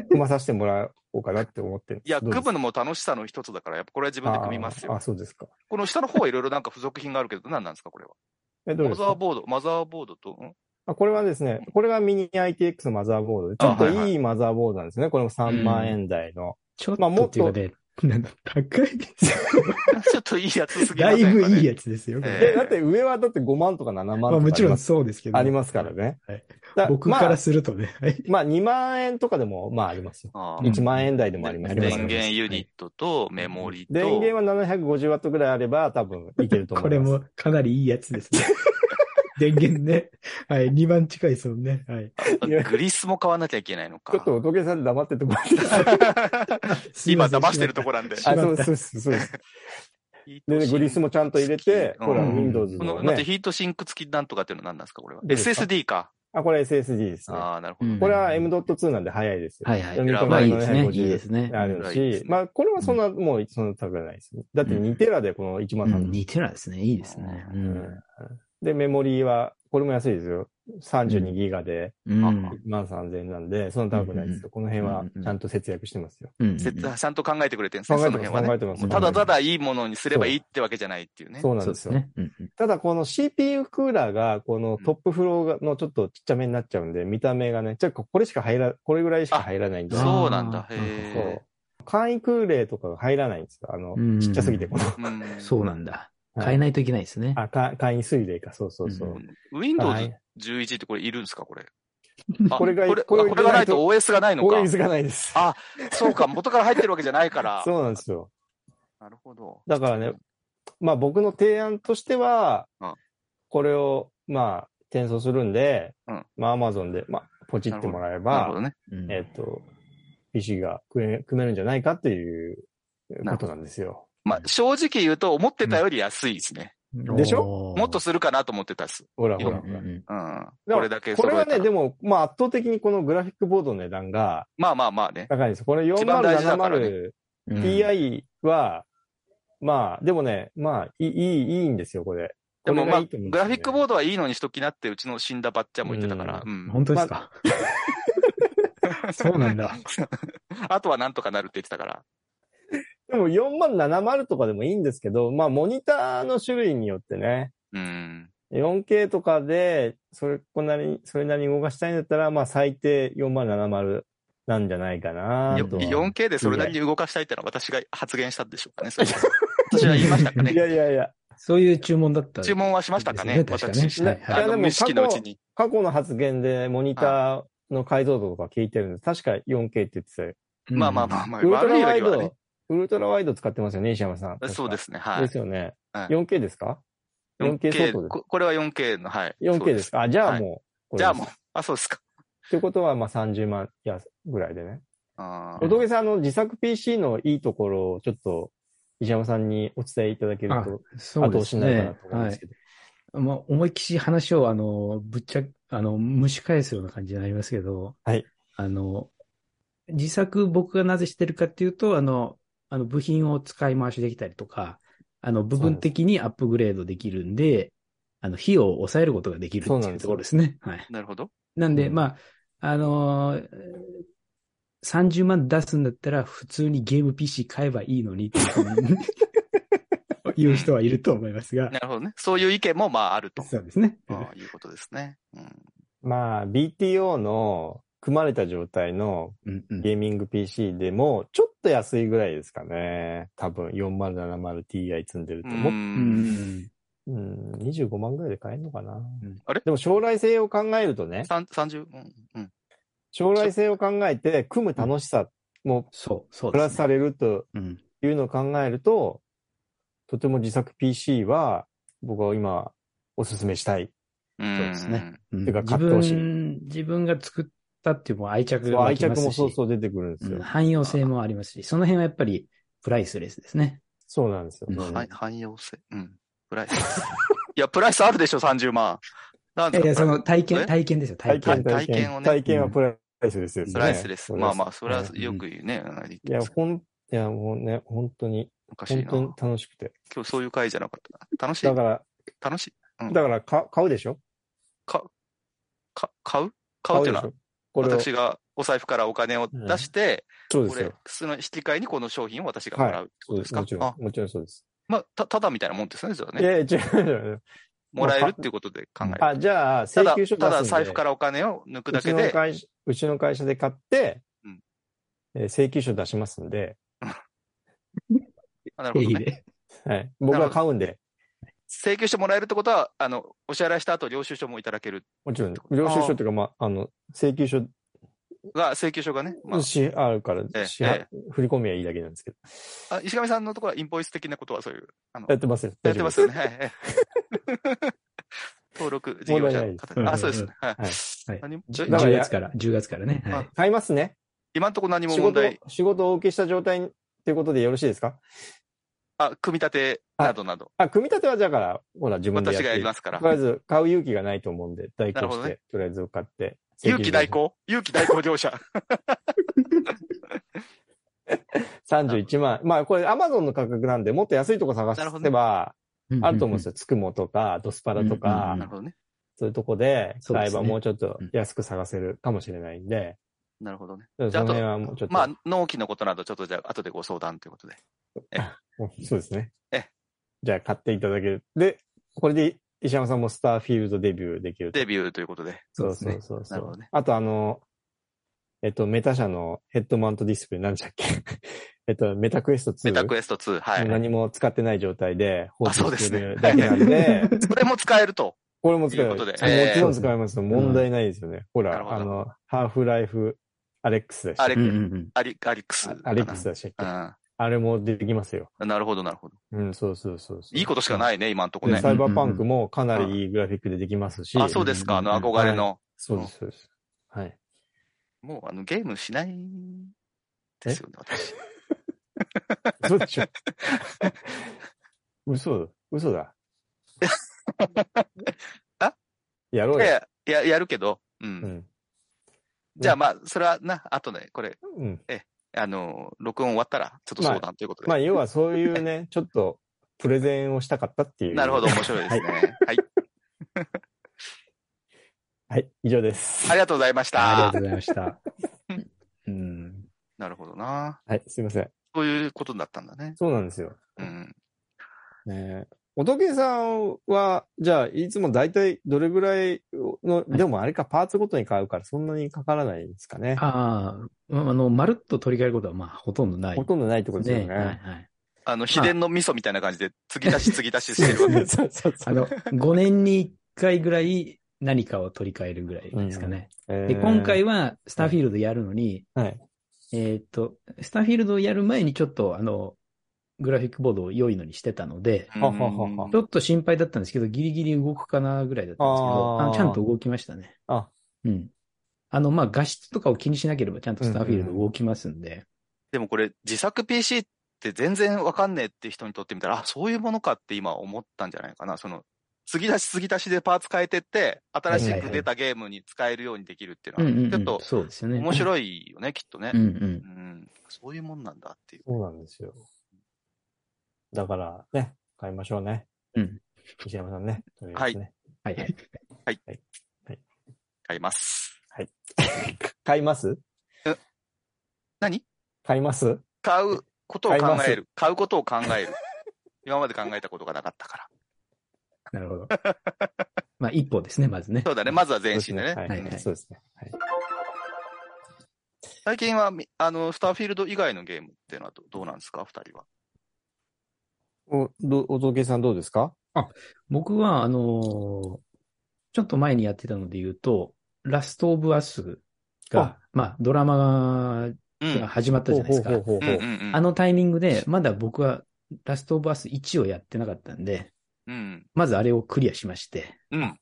S2: 組まさせてもらおうかなって思ってる。
S1: いや、
S2: どうで
S1: 組
S2: す
S1: む
S2: か
S1: のも楽しさの一つだから、やっぱこれは自分で組みます
S2: あ
S1: よ。
S2: あ、そうですか。
S1: この下の方はいろいろなんか付属品があるけど、何なんですか、これは。
S2: え、どうで
S1: マ
S2: す
S1: ザー
S2: か
S1: ボード、マザーボードと、ん
S2: あこれはですね、これがミニ ITX のマザーボードで、ちょっと
S1: あはい
S2: いいマザーボードなんですね。これも3
S3: うん
S2: 万円台の。
S3: ちょっ
S2: まあも
S3: と
S2: っと
S3: っていうかね、なんだ高いですよ。
S1: ちょっといいやつすぎま
S3: だ
S1: せん
S3: い
S1: か、ね、
S3: ぶいい
S1: や
S3: やつですよ。こ
S1: え
S3: れ
S1: ー
S2: え、だって上はだって5万とか7万と
S3: ま
S2: か
S3: あもち
S2: あり
S3: ろ
S2: ま
S3: ん
S2: す
S3: そうですけど。
S2: ありますからね。
S3: はい
S2: だ
S3: 僕からするとね。はい
S2: まあ、まあ2万円とかでも、まあありますよ。
S1: ああ
S3: うん
S2: 1万円台でもあります
S3: あ
S2: ね
S3: ります
S1: 電源ユニットとメモリと、
S2: 電源は 750W ぐらいあれば多 分いけると思います。
S3: これもかなりいいやつですね。電源ね。はい。2番近いですもんね。はい。
S1: グリスも買わなきゃいけないのか。
S2: ちょっとおとけさん黙っててもらっていいですか
S3: すい
S1: 今
S3: ません
S1: 騙してるとこなんで。
S3: しま
S2: あ、
S3: った
S2: そうです、そうですそう です。で、グリス
S1: も。
S2: もちゃんと入れて、
S1: うん
S2: ほら、
S3: うん
S2: Windows
S1: この、
S2: の
S1: 待って、
S2: ね。
S1: ヒートシンク付きなんとかっていうのは何なんですかこれは。
S2: どうですか
S1: SSD か。
S2: あ、これ SSD ですね。
S1: ああ、なるほど。
S3: うん
S2: これは M.2 なんで早いですよ。
S3: はいはい
S2: 読み込み
S1: まあいい
S3: ですねいいですね
S2: ある
S1: うん
S2: し、
S1: いいですね
S2: まあこれはそんな、もうそんな高くないですね。だって2テラでこの1万
S3: うん、
S2: 3 0
S3: 2テラですね。いいですね。う
S2: うん
S3: ん。
S2: で、メモリーは、これも安いですよ。32ギガで
S3: うん。
S1: あ
S3: うん
S2: 1万3000なんで、そんな高くないですよ。この辺はちゃんと節約してますよ。
S3: うん
S1: せちゃんと考えてくれてるんです
S2: 考
S1: ね、そ
S2: え
S1: の
S2: てま
S1: 辺はね。
S2: す、考えてま
S1: も
S2: す。
S1: うただただいいものにすればいいってわけじゃないっていうね。
S2: そうなん
S3: そ
S2: で
S3: うですす
S2: よ。
S3: ね。うんうん
S2: ただこの CPU クーラーが、このトップフローのちょっとちっちゃめになっちゃうんで、見た目がね、ちょっとこれしか入ら、これぐらいしか入らないんで。
S3: あ
S1: そうなんだ。
S3: あ
S1: へ
S3: ー
S2: そう
S1: え。。
S2: 簡易空冷とかが入らないんですよ。あの
S3: う、ん
S2: ちっちゃすぎて、この。
S1: うん
S3: そうなんだ。
S2: はい
S3: 変えないといけないですね。
S2: あ、か簡易水冷か、そうそうそう。
S3: う
S2: は
S1: Windows
S2: い
S1: 11ってこれいるんですかこれ。あ
S2: これが
S1: これ
S2: これが
S1: これがないと OS がないの
S2: こうい
S1: か
S2: う。水がないです。
S1: あ、そうか。元から入ってるわけじゃないから。
S2: そうなんですよ。
S1: なるほど。
S2: だからね、まあ僕の提案としては
S1: うん、
S2: これを、まあ、転送するんで、
S1: うん
S2: まあ Amazon で、まあ、ポチってもらえ
S1: なるほ
S2: ば
S1: ど、ね。
S3: うん
S2: えっ、と、PC が組め組めるんじゃないかっていう
S1: な
S2: こ
S1: るほど
S2: となんですよ。
S1: まあ、正直言うと、思ってたより安いですね。
S2: でし
S3: ょ
S1: もっとするかなと思ってたっす。
S2: ほらほ
S3: ほ
S2: ら
S3: ら
S2: ほら。
S1: うん。
S2: ら
S1: これだけ
S2: こ
S1: 揃
S2: れ
S1: え
S2: は
S1: た
S2: ね、
S1: ら
S2: でも、まあ圧倒的にこのグラフィックボードの値段が
S1: まあまあまあね。
S2: 高いんです。これ
S1: 一番大事だからね
S2: 4070Ti は、まあ、でもね、まあ、いい、いいいいんですよ、これ。
S1: でもまあ、
S2: これがいいと思うん
S1: グ
S2: ですよ
S1: ラ
S2: ね
S1: フィックボードはいいのにしときなって、うちの死んだばっちゃんも言ってたから。
S2: う
S1: うん。
S3: 本当ですかそうなんだ。
S1: あとはなんとかなるって言ってたから。
S2: でも4070とかでもいいんですけど、まあ、モニターの種類によってね、
S1: うん。
S2: 4K とかで、それ、こんなに、それなりに動かしたいんだったら、まあ、最低4070なんじゃないかな
S1: よ
S2: とは。
S1: 4K でそれなりに動かしたいってのは私が発言したんでしょうかね。 それ私は言いましたか
S2: いや
S1: ね。
S2: いやいや、
S3: そういう注文だった。
S1: 注文はしましたかね
S3: ですよね確かね
S1: 私。
S2: はい
S1: あ
S2: いや
S1: の、
S2: でも
S1: 無意識のうちに。
S2: 過去の発言でモニターの解像度とか聞いてるんです。確か 4K って言ってたよ。
S1: まあまあまあまあ、
S2: ウルトラ
S1: 悪いよ
S2: ワイ
S1: りは
S2: ド、
S1: ね。
S2: ウルトラワイド使ってますよね、石山さん。確か
S1: そうですね。は
S2: で
S1: い
S2: す。よね。
S1: はい
S2: 4K ですか ?4K 相当ですか
S1: ここれは 4K の、はい。
S2: ?4K で
S1: そう
S2: すかあ、じゃあもう、これ
S1: じゃあもう。あ、そうですか。
S2: ということは、まあ30万やぐらいでね。
S1: あー
S2: おとげさん、あの、自作 PC のいいところをちょっと、石山さんにお伝えいただける
S3: あ
S2: と、
S3: そう
S2: 後
S3: で
S2: 押
S3: す
S2: しになるかな
S3: ね
S2: と。思うん
S3: は
S2: です
S3: い
S2: け。ど。
S3: まあ、思いっきし話を、あの、ぶっちゃ、あの、蒸し返すような感じになりますけど、
S2: はい。
S3: あの、自作僕がなぜしてるかっていうと、あの、あの、部品を使い回しできたりとか、あの、部分的にアップグレードできるんで、あの、費用を抑えることができるって
S2: そうなん
S3: い
S2: で
S3: う
S2: すよ
S3: ところですね。はい。
S1: なるほど。
S3: なんで、
S2: うん
S3: まあ、あのー30万出すんだったら普通にゲーム PC 買えばいいのにっていういう人はいると思いますが
S1: な、るほどね。そういう意見もまああると。
S3: そうですね。
S1: ああいうことですね。うん。
S2: まあ、BTO の組まれた状態の
S3: うんうん
S2: ゲーミング PC でも、ちょっと安いぐらいですかね。多分、4070Ti 積んでると。
S1: う。
S2: もっ
S3: うんん
S2: と、うん、25万ぐらいで買えるのかな。
S1: あれ
S2: でも将来性を考えるとね、
S1: 三三十うん。うん。
S2: 将来性を考えて、組む楽しさも
S3: そう、そう
S2: プ
S3: です、ね。
S2: ラスされると
S3: うん。
S2: いうのを考えると、とても自作 PC は、僕は今、おすすめしたい。
S1: うん
S3: そうですね。うん
S2: てか
S3: 自
S2: 買ってほしい
S3: 分、自分が作ったっていうもう愛着が
S2: そう
S3: 湧
S2: 愛
S3: きま
S2: 着
S3: すし。
S2: もそうそう出てくるんですよ。
S3: うん汎用性もありますし、その辺はやっぱりプライスレスですね。
S2: そうなんですよ、
S3: うん
S1: はい、汎用性。うん。プライス。 いや、プライスあるでしょ、30万。なん
S3: い
S1: で
S3: やいや、
S1: すか
S3: その体
S1: え
S3: 験、体験ですよ、体
S2: 体験、。
S3: 験
S1: 体
S2: 体
S1: 験
S2: 験
S1: をね
S2: 体験はプライスですよ、
S1: プライスです。まあまあ、それは
S2: うん
S1: よく言うね。うん
S2: いや、ほん、いや、もうね、本当に、
S1: おかしい
S2: 本
S1: な。
S2: 当に
S1: 今
S2: 楽しくて。
S1: 日そういう回じゃなかったな。楽しい
S2: だから、
S1: 楽しいうん
S2: だからか、買うでしょ
S1: か買う買うっていう
S2: で
S1: の
S2: し
S1: は
S2: ょ、これを。
S1: 私がお財布からお金を出して、
S2: そうで
S1: こ
S2: す
S1: れ
S2: よ。、
S1: その引き換えにこの商品を私がもらうってこと
S2: そうで
S1: です
S2: す。
S1: か
S2: もちろ
S1: あ
S2: ん、もちろんそうです。
S1: まあ、た、ただみたいなもんですね、じゃあね。
S2: いやいや、違う違う。
S1: もらえるっていうことで考える。
S2: あ、じゃあ、請
S1: ただ、
S2: 求書出すんで
S1: ただ財布からお金を抜くだけ
S2: うちの
S1: で、
S2: 会社、うちの会社で買って、
S1: うん
S2: えー請求書出しますんで、
S1: あなる
S3: 経
S1: ほど
S3: 費
S1: ね。
S3: で。
S2: はい。僕が買うんで、
S1: 請求してもらえるってことは、あの、お支払いした後、領収書もいただける。
S2: もちろん、領収書というか、まあ、あの、請求書、
S1: が、請求書がね、ま
S2: し、あるから、
S1: ええ
S2: 支払
S1: え
S2: 振り込みはいいだけなんですけど。
S1: あ、あ石上さんのところはインボイス的なことはそういう、あの、
S2: やってますよ。
S1: やってますよね。はいはい。登録事業者の
S3: 問題
S1: 方。
S3: ない
S1: あ、
S3: です
S1: そうですね。はい
S2: うんはい。
S3: はい
S1: 何も
S3: じゅ
S2: だから
S3: 10
S2: や
S3: 月から、10月からね。
S1: ま
S3: は
S1: あ
S3: い。
S2: 買いますね。
S1: 今んとこ何も
S2: 仕
S1: 問
S2: 事を
S1: 題、、
S2: 仕事をお受けした状態ということでよろしいですか
S1: あ、組み立てなどなど。
S2: あ、組み立てはだから、ほら、自分でやって
S1: 私がやりますから
S2: とりあえず、買う勇気がないと思うんで、代行
S1: なるほ
S2: し
S1: ど
S2: て、
S1: ね
S2: とりあえず買って。
S1: 勇気代。行勇気代行業者。
S2: 31万。まあ、これ、アマゾンの価格なんで、もっと安いとこ探
S1: なるほど
S2: せ
S1: ね
S2: ば、
S3: うん
S2: あると思うんです
S3: よ。
S2: よ。つくもとか、ドスパラと
S3: う
S2: か
S3: ん
S1: な、るほどね。
S2: そういうとこで、
S3: そうで
S2: 買え
S3: すね
S2: ばもうちょっと安く探せるかもしれないんで、
S1: なるほどね。
S2: その
S1: じゃああと
S2: 辺はもうちょっと、
S1: まあ、納期のことなど、ちょっとじゃあ、後でご相談ということで。
S2: うんそうですね
S1: ええ。
S2: じゃあ、買っていただける。で、これで、石山さんもスターフィールドデビューできると
S1: デビューということで。
S3: そうですね。
S2: そうそ
S1: なる
S2: うそ
S1: ほ
S2: う。
S1: どね
S2: あとあの、えっと、メタ社のヘッドマウントディスプレイなんでしたっけ えっと、メタクエスト2。
S1: メタクエスト2。はい。
S2: 何も使ってない状態で放
S1: あそう
S2: 置
S1: で
S2: し
S1: す
S2: て
S1: ね
S2: るだけなんで、
S1: それも使えると。
S2: これも使
S1: と
S2: え
S1: い
S2: る。
S1: うことで
S2: もちろん使えますよ。
S3: えー
S2: 問題ないですよね。ほ
S1: なるほ
S2: ら、
S1: ど
S2: あの、ハーフライフアレックスでした
S1: ア
S2: っ
S1: レ
S3: うんうんうん
S1: アリ、アリックス
S2: け
S1: かな。
S2: アレックスでしたっけ
S1: う
S2: あれも出てきますよ。
S1: ん。なるほど、なるほど。
S2: うん、そうそうそうそう。
S1: いいことしかないね、今んとこ
S2: で
S1: ね。
S2: サイバーパンクもかなりいいグラフィックでできますし。
S1: あ、そうですか、あの、
S3: うん
S1: 憧れの。
S2: そうです、そうです。はい。
S1: もう、あの、ゲームしないですよね、私。
S2: 嘘でしょ嘘だ。嘘だ。
S1: あ
S2: やろう
S1: い
S2: よ。
S1: や、いや、やるけど、う。
S2: うんん。
S1: じゃあ、まあ、それはな、あとね、これ、
S2: うん。
S1: あの、録音終わったら、ちょっと相談ということ
S2: まあ、
S1: で。
S2: 要はそういうね、ちょっと、プレゼンをしたかったっていう。
S1: なるほど、。面白いですね。はい。
S2: はい、以上です。
S1: ありがとうございまし
S3: あ
S1: た
S3: りがと。うございました。うん。
S1: なるほどな。
S2: はい、すいません。
S1: そういうことだったんだね。
S2: そうなんですよ。
S1: うん。
S2: ねえ。おとけさんは、じゃあ、いつも大体どれぐらいの、でもあれか、パーツごとに買うからそんなにかからないんですかね。
S3: ああ、まあの、まるっと取り替えることは、まあ、ほとんどない。
S2: ほとんどないってことですよ
S3: はいは
S2: ね。
S3: い。
S1: あの、秘伝の味噌みたいな感じで、継ぎ足し継ぎ足ししてるわけ。
S2: そうそうそ
S3: あ
S2: う。
S3: の、5年に1回ぐらい何かを取り替えるぐらいですかね。で、
S2: で
S3: 今回はスターフィールドやるのに、
S2: はい。
S3: えーっと、スターフィールドをやる前にちょっとあの、グラフィックボードを良いのにしてたので、
S1: うん
S2: ははは
S3: ちょっと心配だったんですけど、ギリギリ動くかなぐらいだったんですけ
S2: あ
S3: ど、
S2: ー
S3: あのちゃんと動きましたね。
S2: あ、
S3: うん。あの、まあ、画質とかを気にしなければちゃんとスターフィールド動きますんで、
S1: でもこれ、自作 PC って全然わかんねえって人にとってみたら、あ、そういうものかって今思ったんじゃないかな。その、継ぎ足し継ぎ足しでパーツ変えてって、新しく出たゲームに使えるようにできるっていうのは、
S3: うんうんうん
S1: ちょっと
S3: そうですよね。
S1: 面白いよね、きっとね
S3: う。んうん
S1: う。ん。そういうもんなんだっていう。
S2: そうなんですよ。だから、ね、買いましょうね。
S3: うん。
S2: 西山さんね。とりあえずね
S3: はい。
S1: 買います。
S2: 買います
S1: 何
S2: 買います
S1: 買うことを
S2: 買い
S1: 考
S2: ます
S1: える。買うことを考え る。今まで考えたことがなかったから。
S3: なるほど。まあ、一歩ですね、まずね。
S1: そうだね。まずは前進でね。
S2: そう
S3: はい
S2: す
S3: はい
S2: そうですね。はい
S1: 最近はみ、あの、スターフィールド以外のゲームっていうのはどどうなんですか二人は。
S2: お、ど、おとけさんどうですか
S3: 僕は、あのーちょっと前にやってたので言うと、ラストオブアスが、まあ、ドラマ
S1: うん。
S3: が始まったじゃないですか。
S2: ほうほう
S1: う
S2: ほ
S1: んう
S2: うほうほうん
S1: うん。
S3: あのタイミングで、まだ僕はラストオブアス1をやってなかったんで、
S1: うん。
S3: まずあれをクリアしまして、
S1: うん。
S3: まあ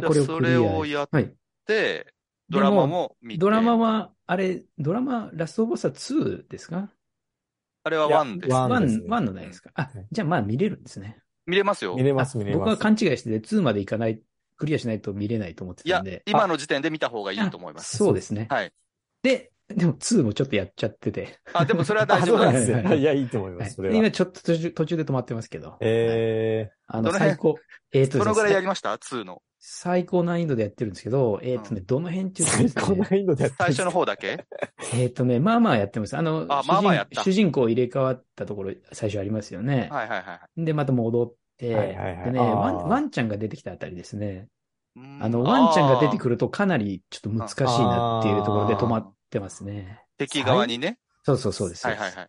S1: じゃあ
S3: これを
S1: そ
S3: クリ
S1: れ
S3: ア。
S1: をやっ
S3: はい。
S1: で、ドラマも見て。
S3: ドラマは、あれ、ドラマ、ラストオブアスは2ですか
S1: あれはワンです。
S2: ワ
S3: ワ
S2: ンです
S3: ン
S2: ね
S3: ワンのないですかあ
S2: はい、
S3: じゃあまあ見れるんですね。
S1: 見れますよ
S2: 見。れます、見れ
S3: あ僕
S2: ま
S3: は
S2: す。
S3: 勘違いして2までいかない、クリアしないと見れないと思って
S1: い
S3: た
S1: や
S3: んで、。
S1: 今の時点で見た方がいいと思います。
S3: そうですね。
S1: はい。
S3: で、でも2もちょっとやっちゃってて。
S1: あ、でもそれは大丈
S2: あ、そう
S1: 夫
S2: なん
S1: で。
S2: ですすよ。
S3: はいはい
S2: いや、いいと思いま
S3: はい
S2: す。それ
S3: 今
S2: は。
S3: ちょっと途中途中で止まってますけど。はい
S2: え
S3: あの、
S1: どの辺
S3: 最高。えっ、と
S1: そ
S3: です
S1: の
S3: ね
S1: ぐらいやりました ?2 の。
S3: 最高難易度でやってるんですけど、えっ、とね、どの辺って
S2: ー、
S3: いうとで
S2: 最
S3: すね
S2: 高難易度でやって
S1: 最初の方だけ
S3: えっ、とね、まあまあやってます。あの、
S1: あ
S3: 主人
S1: まあまあやった
S3: 主人公入れ替わったところ、最初ありますよね。
S1: はいはいはいはい。
S3: で、また戻って、
S2: はいはいはい
S3: でね
S2: あー
S3: ワン、ワンちゃんが出てきたあたりですね。
S1: うん
S3: あの、ワンちゃんが出てくるとかなりちょっと難しいなっていうところで止まってますね。
S1: 敵側にね。
S3: そうそうそうです。
S1: はいはいはい。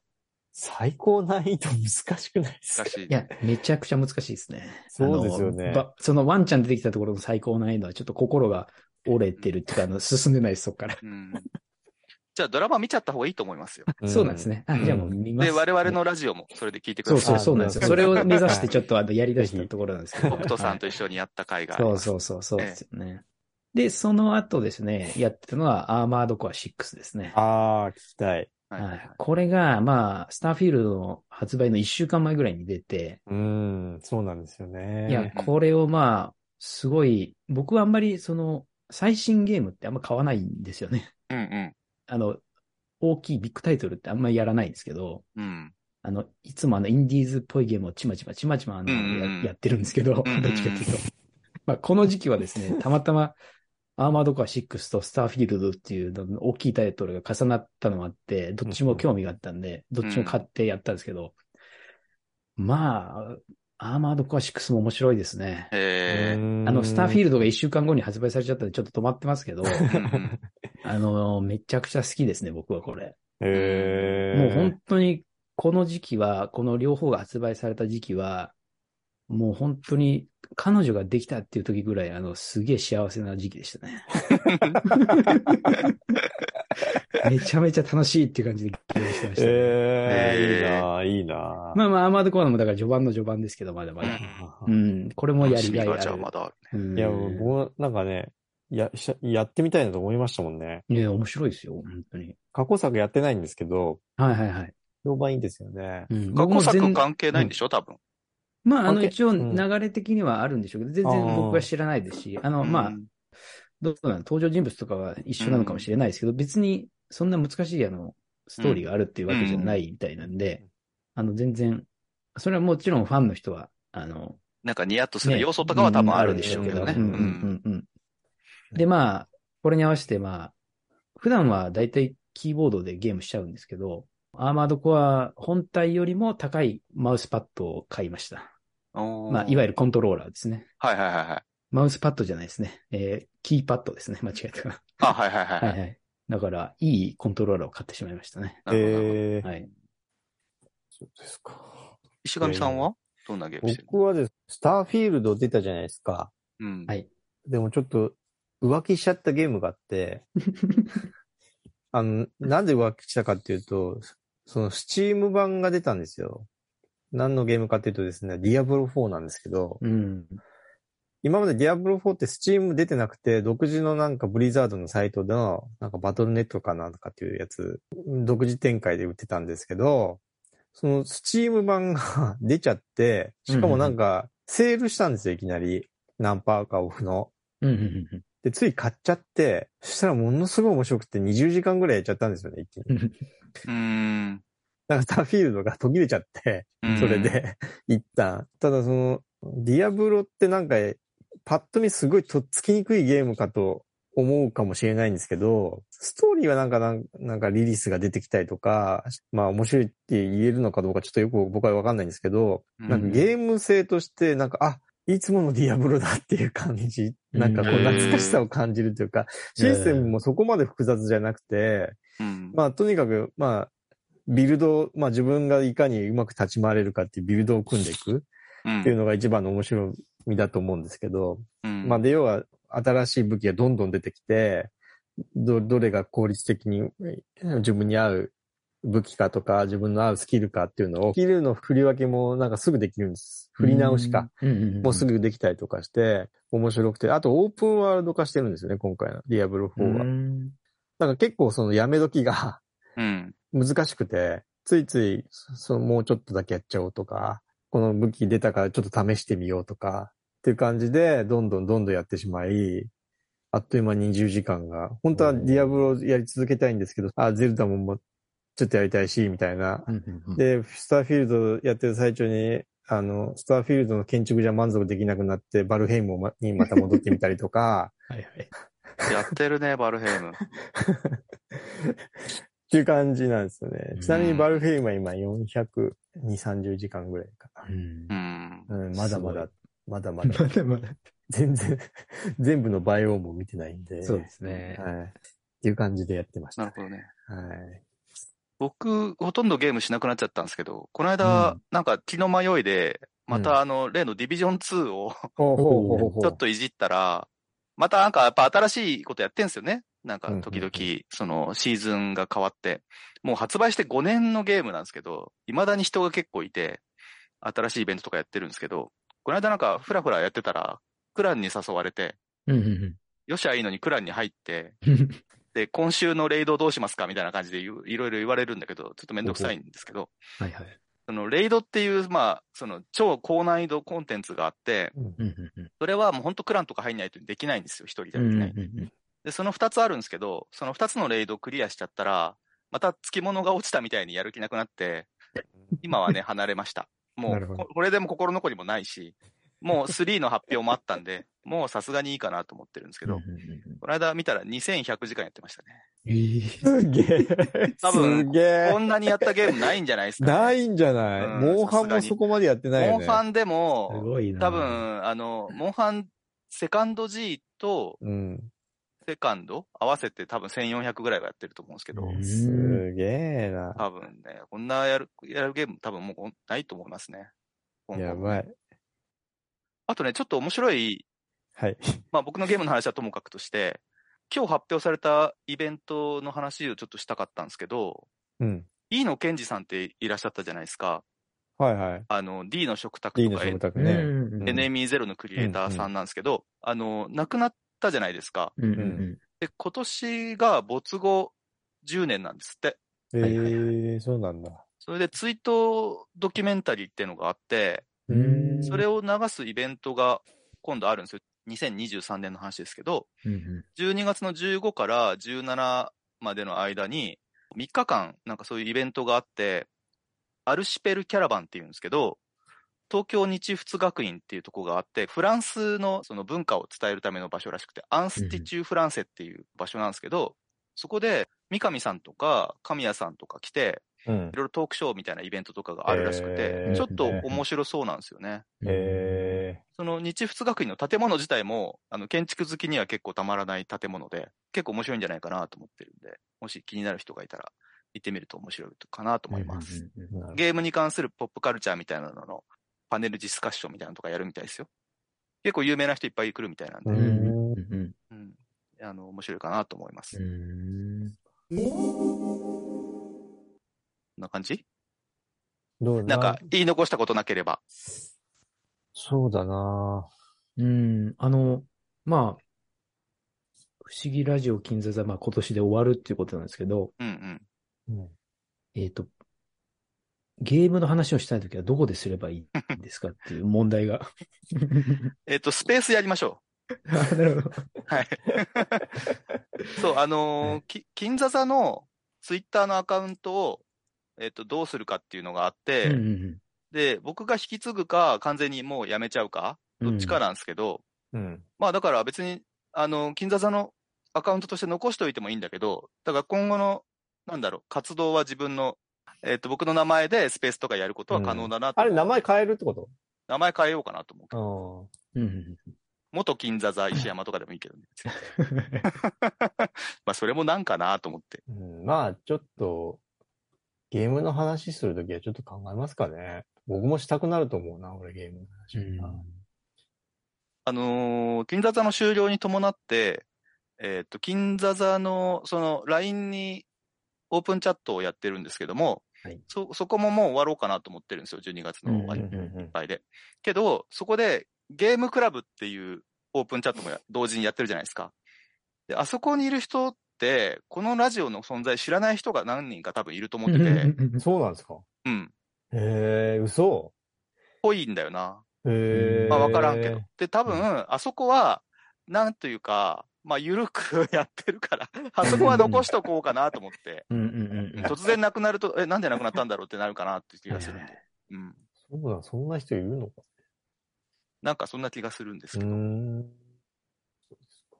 S2: 最高難易度難しくないです
S1: ら
S2: か
S1: しい。
S3: いや、めちゃくちゃ難しいですね。
S2: そうですよね
S3: あのばそのワンちゃん出てきたところの最高難易度はちょっと心が折れてるっていうか、あの、進んでないです、そっから。
S1: うん。じゃあドラマ見ちゃった方がいいと思いますよ。
S3: そうなんです。ね。あ、じゃあもう見ます。
S1: で、我々のラジオもそれで聞いてく
S3: そ
S1: だ
S3: う
S1: さ
S3: そ
S1: い。
S3: う、そうなんですよ。
S2: あ
S3: それを目指してちょっとあのやり出したところなんですけど。
S1: 北斗さんと
S3: はい
S1: 一緒にやった回があり
S3: そう
S1: ます。
S3: そうそう、そうですよね。で、その後ですね、やってたのはアーマードコア6ですね。
S2: ああ、聞きたい。
S1: はいは
S3: はいい。これが、まあ、スターフィールドの発売の1週間前ぐらいに出て、
S2: うん、そうなんですよね。
S3: いや、これをまあ、すごい、僕はあんまりその、最新ゲームってあんま買わないんですよね。
S1: うん
S3: あの、大きいビッグタイトルってあんまりやらないんですけど、
S1: うん。うん。
S3: あの、いつもあの、インディーズっぽいゲームをちまちまちまちまあの
S1: うんうんうん
S3: ややってるんですけど、どっ
S1: うんうん
S3: ちかっていうと。まあ、この時期はです ね、たまたま、アーマードコア6とスターフィールドっていうのの大きいタイトルが重なったのもあって、どっちも興味があったんで、どっちも買ってやったんですけど、まあ、アーマードコア6も面白いですね。
S1: え
S3: あの、スターフ ィー
S2: ル
S3: ルドが1週間後に発売されちゃったんで、ちょっと止まってますけ ど、
S1: ーうんうん
S3: あの、めちゃくちゃ好きですね、僕はこれ。
S2: ド。えー、
S3: もう本当に、この時期は、この両方が発売された時期は、もう本当に、彼女ができたっていう時ぐらい、あの、すげえ幸せな時期でしたね。めちゃめちゃ楽しいっていう感じでゲームしてましたね、
S2: えー、いいなぁいいなぁ
S3: まあまあ、アーマードコアもだから序盤の序盤ですけど、まだまだ。うん、これ もやりがいあ
S1: 楽しみがじゃあ
S3: る
S1: ま。だあるね。
S3: うん
S2: いや、僕もなんかね、や、しゃやってみたいなと思いましたもんね。
S3: いや、面白いですよ、本当に。
S2: 過去作やってないんですけど、
S3: はいはいはい。
S2: 評判いいんですよね。
S3: うん、
S1: 過去
S3: 僕も
S1: 作
S3: 全
S1: 関係ないんでしょ多分。
S3: まあ、あの、
S2: 関係
S3: 一応
S2: うん
S3: 流れ的にはあるんでしょうけど、全然僕は知らないですし、あの、まあ
S1: う、ん
S3: どうなの登場人物とかは一緒なのかもしれないですけど、別にそんな難しいあの、ストーリーがあるっていうわけじゃないみたいなんで、あの、全然、それはもちろんファンの人は、あの、
S1: なんかニヤッとす
S3: ね
S1: る要素とかは多分あるんでしょうけどね。
S3: うんうんうんうん。で、まあ、これに合わせて、まあ、普段はだいたいキーボードでゲームしちゃうんですけど、アーマードコア本体よりも高いマウスパッドを買いました。まあ、いわ
S1: ゆる。
S3: ゆるコントローラーですね。
S1: はいはいはいはい。
S3: マウスパッドじゃないですね。えーキーパッドですね。間違えた。
S1: あ、はいはいはい
S3: は
S1: はい
S3: いはい。だから、いいコントローラーを買ってしまいましたね。
S1: なるほどなるほど。
S2: えー、
S3: はい。
S2: そうですか。
S1: 石上さんはどんなゲームしてる
S2: 僕はです、スターフィールド出たじゃないですか。
S1: のうん
S3: はい
S2: でもちょっと浮気しちゃったゲームがあって、あの、なんで浮気したかっていうと、そのスチーム版が出たんですよ。何のゲームかっていうとですね、ディアブロ4なんですけど、
S3: うん。
S2: 今までディアブロ4ってスチーム出てなくて、独自のなんかブリザードのサイトでの、なんかバトルネットかなんかっていうやつ、独自展開で売ってたんですけど、そのスチーム版が 出ちゃって、しかもなんかセールしたんですよ、いきなり。何パーかオフの。
S3: うんうんうん
S2: で、つい買っちゃって、そしたらものすごい面白くて20時間ぐらいやっちゃったんですよね、一気に。
S1: うーん。
S2: なんかスターフィールドが途切れちゃって、
S1: うん
S2: それ。で、一旦。ただその、ディアブロってなんか、パッと見すごいとっつきにくいゲームかと思うかもしれないんですけど、ストーリーはなんかなん、なんかリリースが出てきたりとか、まあ面白いって言えるのかどうかちょっとよく僕はわかんないんですけど、
S1: うん
S2: なんかゲーム性としてなんか、あ、いつものディアブロだっていう感じ、なんかこう懐かしさを感じるというか、システムもそこまで複雑じゃなくて、
S1: うん。
S2: まあ、とにかく、まあ、ビルドを、まあ自分がいかにうまく立ち回れるかっていうビルドを組んでいく
S1: うん
S2: っていうのが一番の面白みだと思うんですけど、
S1: うん
S2: まあ、で、要は新しい武器がどんどん出てきて、ど、どれが効率的に自分に合う武器かとか、自分の合うスキルかっていうのを、スキルの振り分けもなんかすぐできるんです。振り直しか。。
S3: うんうんうんうん
S2: もうすぐできたりとかして、面白くて、あとオープンワールド化してるんですよね、今回のディアブロ4
S3: う
S2: は。
S3: ん
S2: なんか結構そのやめ時が、
S1: うん。
S2: 難しくて、ついつい、そそのもうちょっとだけやっちゃおうとか、この武器出たからちょっと試してみようとか、っていう感じで、どんどんどんどんやってしまい、あっという間に20時間が、本当はディアブロやり続けたいんですけど、あ、ゼルダももうちょっとやりたいし、みたいな。
S3: うんうんうん
S2: で、スターフィールドやってる最中に、あの、スターフィールドの建築じゃ満足できなくなって、バルヘイムをまにまた戻ってみたりとか、
S3: はいはい。
S1: やってるね、バルヘイム。
S2: っていう感じなんですよね。ちなみに
S1: うん
S2: バルフェイムは今400、2、30時間ぐらいかな。
S3: うん
S1: うん。
S2: うん、まだまだ
S3: す、
S2: まだま
S3: ま
S2: だ、
S3: だまだ。
S2: 全然、全部のバイオームを見てないんで。
S3: そうですね。
S2: はい。っていう感じでやってました。
S1: なる
S2: は
S1: ほどね。
S2: い。
S1: 僕、ほとんどゲームしなくなっちゃったんですけど、この
S3: う
S1: 間、なんか気の迷いで、ま
S2: うん
S1: たあの、例のディビジョン2を
S2: ほうほうほうほうほう。
S1: ちょっといじったら、またなんかやっぱ新しいことやってんすよね。なんか
S2: うんうんうん
S1: 時々、そのシーズンが変わって。もう発売して5年のゲームなんですけど、未だに人が結構いて、新しいイベントとかやってるんですけど、この間なんかフラフラやってたら、クランに誘われて、
S3: うんうん
S1: よっしゃいいのにクランに入って、
S3: うん
S1: で、今週のレイドどうしますかみたいな感じで言ういろいろ言われるんだけど、ちょっとめんどくさいんですけど、
S3: はいはい。
S1: そのレイドっていう、まあ、その超高難易度コンテンツがあって、
S2: うん。
S3: うんうんうん
S1: それはもう本当クランとか入んないとできないんですよ、一人じゃ
S3: う
S1: でき
S3: ん
S1: な
S3: う
S1: い。
S3: んうん
S1: で、その二つあるんですけど、その二つのレイドクリアしちゃったら、また付き物が落ちたみたいにやる気なくなって、今 はね、離れました。も
S2: なる
S1: う
S2: ほど
S1: こ、これでも心残りもないし、もう3の発表もあったんで、もうさすがにいいかなと思ってるんですけど、
S3: うんうんうん
S1: この間見たら2100時間やってましたね。
S3: えー
S2: すげえ。
S1: 多分
S2: すげえ
S1: こ。んなにやったゲームないんじゃないですか、ね。
S2: ないんじゃない、
S1: うん
S2: モンハ
S1: さすが
S2: ンも
S1: に
S2: そこまでやってない
S1: モ
S2: よ
S1: ン
S2: ね。
S1: ハンですも、
S3: ごいな。
S1: 多、分、あの、モンハン、セカンド G と
S2: うん。
S1: セカンド合わせて多分1400ぐらいはやってると思うんですけど、
S3: うん
S2: すげえな。
S1: 多分ね、こんなやる、やるゲーム多分もうないと思いますね。今後
S2: やばい。
S1: あとね、ちょっと面白い、
S2: はい。
S1: まあ僕のゲームの話はともかくとして、今日発表されたイベントの話をちょっとしたかったんですけど、
S2: うん。
S1: E のケンジさんっていらっしゃったじゃないですか。
S2: はいはい。
S1: あの、D の食卓
S2: D
S1: と
S2: の
S1: か、
S2: 食卓
S3: うんう
S2: ね。
S3: んうん
S2: ね
S1: エネミーゼロのクリエイターさんなんですけど、あの、亡くなったじゃないですか。
S3: うんうんうん
S1: で、今年が没後10年なんですって。
S2: ええ
S3: はいはい
S2: ー、そうなんだ。
S1: それで追悼ドキュメンタリーっていうのがあって、
S3: うん
S1: それを流すイベントが今度あるんですよ。2023年の話ですけど、
S3: うん
S1: 12月の15から17までの間に、3日間、なんかそういうイベントがあって、アルシペルキャラバンっていうんですけど、東京日仏学院っていうとこがあって、フランスのその文化を伝えるための場所らしくて、アンスティチューフランセっていう場所なんですけど、そこで三上さんとか神谷さんとか来て、
S2: うん
S1: い。ろいろトークショーみたいなイベントとかがあるらしくて
S2: え、ー
S1: ちょっと面白そうなんですよね。
S3: うん
S2: え
S1: その日仏学院の建物自体も、あの、建築好きには結構たまらない建物で、結構面白いんじゃないかなと思ってるんで、もし気になる人がいたら、行ってみると面白いかなと思います。
S3: うんうんうん
S2: ー、なるほど
S1: ゲームに関するポップカルチャーみたいなのの、パネルディスカッションみたいなのとかやるみたいですよ。結構有名な人いっぱい来るみたいなんで、
S2: う
S3: うんんうん
S1: うん。あの、面白いかなと思います。
S3: うんうん
S1: こんな感じ
S2: どう
S1: なんか、言い残したことなければ。
S2: そうだな
S3: うん、あの、まあ、不思議ラジオ金座座、まあ今年で終わるっていうことなんですけど、
S1: うんうん。
S2: うん。
S3: えっ、と、ゲームの話をしたいときはどこですればいいんですかっていう問題 が。
S1: えっと、スペースやりましょ
S3: あなるほど。
S1: う。はい。そう、あのーき金座座のツイッターのアカウントを、えっと、どうするかっていうのがあって、
S3: うんうん
S1: で、僕が引き継ぐか、完全にもうやめちゃうか、どっちかなんですけど、
S2: うん。
S1: まあだから別に、あの、金座座のアカウントとして残しておいてもいいんだけど、だから今後の、なんだろう、活動は自分の、えっ、と、僕の名前でスペースとかやることは可能だなと、
S2: あれ、名前変えるってこと
S1: 名前変えようかなと思うけど。
S2: うん。
S3: うん。
S1: 元金座座石山とかでもいいけどね。 まあそれもなんかなと思って。
S2: うん、まあ、ちょっと、ゲームの話するときはちょっと考えますかね。僕もしたくなると思うな、俺ゲームの話。
S1: あのー金座座の終了に伴って、えっ、と、金座座の、その、LINE にオープンチャットをやってるんですけども、
S3: はい
S1: そ、そこももう終わろうかなと思ってるんですよ、12月の終わり
S2: う
S1: い
S2: んうんうん
S1: っぱいで。けど、そこで、ゲームクラブっていうオープンチャットもや同時にやってるじゃないですか。で、あそこにいる人って、このラジオの存在知らない人が何人か多分いると思ってて、
S2: そうなんですか
S1: うん、
S2: へえ、嘘
S1: ぽいんだよな。
S2: へえ。
S1: まあ、わからんけど
S2: へ。
S1: で、多分、あそこは、なんというか、まあ、ゆるく やってるから、あそこは残しとこうかなと思って、
S3: うんうんうん。
S1: 突然なくなると、え、なんでなくなったんだろうってなるかなって気がするん
S3: はいは
S1: で。うん。
S2: ー。そうだ、そんな人いるのか。
S1: なんかそんな気がするんです
S2: うー
S1: けど。
S2: ん。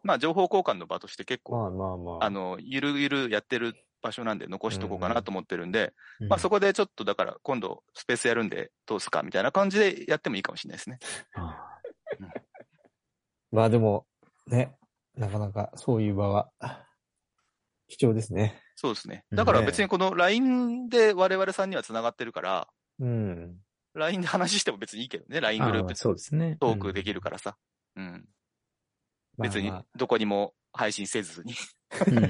S1: まあ、情報交換の場として結構、
S2: まあまあまあ。
S1: あの、ゆるゆるやってる場所なんで残しとこうかなと思ってるんで、
S3: うん
S1: まあ、そこでちょっとだから今度スペースやるんでどうすかみたいな感じでやってもいいかもしれないですね。
S3: あ
S2: まあでも、ね、なかなかそういう場は、貴重ですね。
S1: そうですね。だから
S2: ね
S1: 別にこの LINE で我々さんには繋がってるから、
S2: うん。
S1: LINE で話しても別にいいけどね、LINE グルー
S3: あ
S1: プ
S3: そうですね。
S1: トークできるからさ。うん。
S2: まあまあ
S1: 別にどこにも配信せずに。
S3: うんうん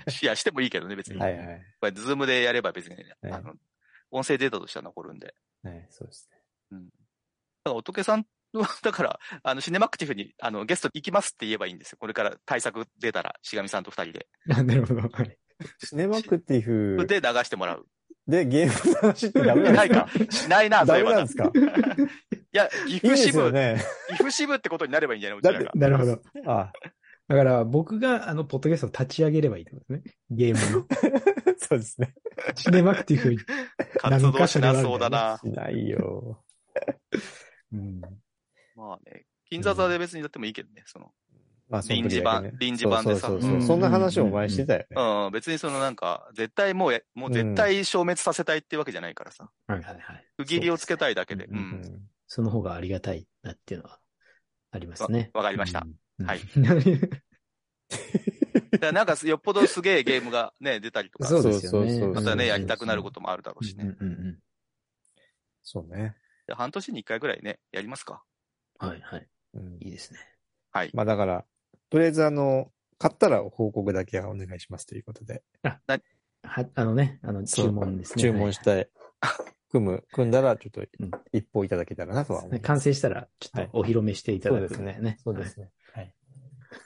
S1: いや、してもいいけどね、別に。
S2: はいはい。
S1: これ、ズームでやれば別に、あの、音声データとしては残るんで。だ
S2: ね、そうですね。
S1: から、仏さんは、だから、あの、シネマクティフに、あの、ゲスト行きますって言えばいいんですよ。これから対策出たら、しがみさんと二人で。
S3: あなるほど。はい
S2: シネマクティフ
S1: で、流してもらう。
S2: でゲームの話ってダメなん
S1: ない
S2: ですか
S1: か。しないな、そ
S2: ダ
S1: うい
S2: メ
S1: えば
S2: な
S1: な。
S2: ん
S1: い
S2: ですか
S1: や、岐
S2: いいで
S1: 阜支
S2: すよ
S1: 部、
S2: ね。
S1: 岐阜支部ってことになればいいんじゃないうち
S2: だっ
S1: ら
S2: て
S1: が、。
S3: なるほど。
S2: あ
S3: だから、僕が、あの、ポッドキャストを立ち上げればいいってことですね。ゲー ムの。
S2: そうですね。
S3: シネマクティフに。
S1: 活動しなそうだ
S3: な
S1: な。
S2: しないよ。
S3: うん。
S1: まあね、金座座で別にやってもいいけどね、その、
S2: まあ、その
S1: 臨時
S2: 時だけ
S1: 版
S2: ね、。
S1: 臨時版でさ。
S2: そううそうそうう。
S1: ん
S3: ん
S2: そんな話をお前してたよね。
S1: うん、別にそのなんか、絶対もうや、もう絶対消滅させたいってわけじゃないからさ。
S3: はいはいはい。
S1: 区切りをつけたいだけで。
S3: そ
S1: う
S3: うで
S2: うん
S1: ん。
S3: その方がありがたいなっていうのは、ありますね。
S1: わわかりました
S3: うん。
S1: はい
S3: うん。
S1: だからなんか、よっぽどすげえゲームがね、出たりとか、
S3: そうですよ
S2: そうそうそ
S3: ね。
S2: う
S1: またね、やりたくなることともあるだろうしね。
S2: そうね。
S1: で半年に一回ぐらいね、やりますか。
S3: はいはい。
S2: うん
S3: いいですね。
S1: はい。
S2: まあだから、とりあえずあの、買ったら報告だけはお願いしますということで。
S3: は、あのね、あの、
S2: そう
S3: 注文ですね。
S2: 注文したい。組む、組んだらちょっと
S3: ん
S2: 一報いただけたらなとは
S3: はい
S2: 思
S3: はいい
S2: ます。
S3: 完成したら、ちょっとお披露目していただくんでね。
S2: そうですね。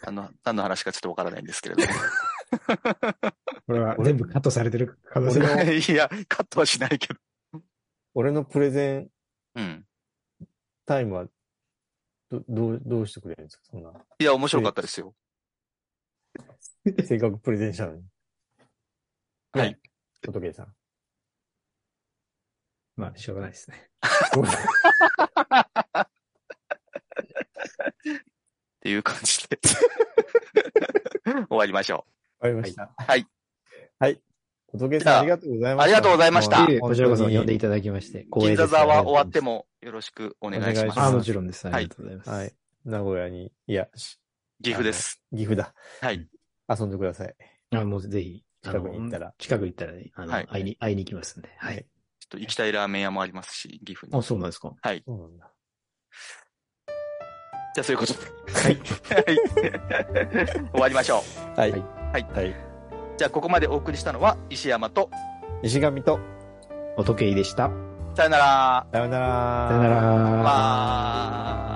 S1: あの、 何の話かちょっとわからないんですけれども。
S3: はい。これは全部カットされてる可能性が。
S1: いや、カットはしないけど。
S2: 俺のプレゼン
S1: うん。
S2: タイムは、ど、どう、どうしてくれるんですかそんな。
S1: いや、面白かったですよ。
S2: 性格プレゼンしたのに。
S1: はい
S2: ね。おとけさん。
S3: まあ、しょうがないですね。
S1: っていう感じで。 終わりましょ
S2: わかりました。
S1: はい。
S2: はい。おとけ
S1: じゃ
S2: さん
S1: あ
S2: ありがとうございました。
S1: ありがとうございました
S2: もう
S3: いえこちらこそ
S2: 本当に
S3: 呼んでいただきまして、
S1: う。
S3: 光栄
S1: 金
S3: です
S1: 座座は終わってもよろしくお願いし
S2: お願い
S1: ま
S2: し
S1: す。
S2: ま
S3: あ、
S2: す
S3: もちろんです。ありがとうございます。
S2: はい。名古屋に、いや、し
S1: 岐阜です。
S2: 岐阜だ。
S1: はい。
S2: 遊んでください。
S3: あ、もうぜひ、あの
S2: 近くに行ったら
S3: 近く行ったらね、あの、
S1: はい
S3: 会いに、会いに行きますんで。はい。
S1: ちょっと行きたいラーメン屋もありますし、岐阜に。
S3: あ、そうなんですか。
S1: はい。
S2: そうなんだ。
S1: じゃあそういうことで。
S3: はい。
S1: はい。 終わりましょう。
S2: はいい。
S1: はい。
S2: はい。
S1: じゃあここまでお送りしたのは石山と、
S2: 石神と、
S3: お時計でした。
S1: さよなら。
S2: さようなら。
S3: さよなら。
S1: ま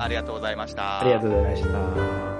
S1: あ、ありがとうございました。
S3: ありがとうございました。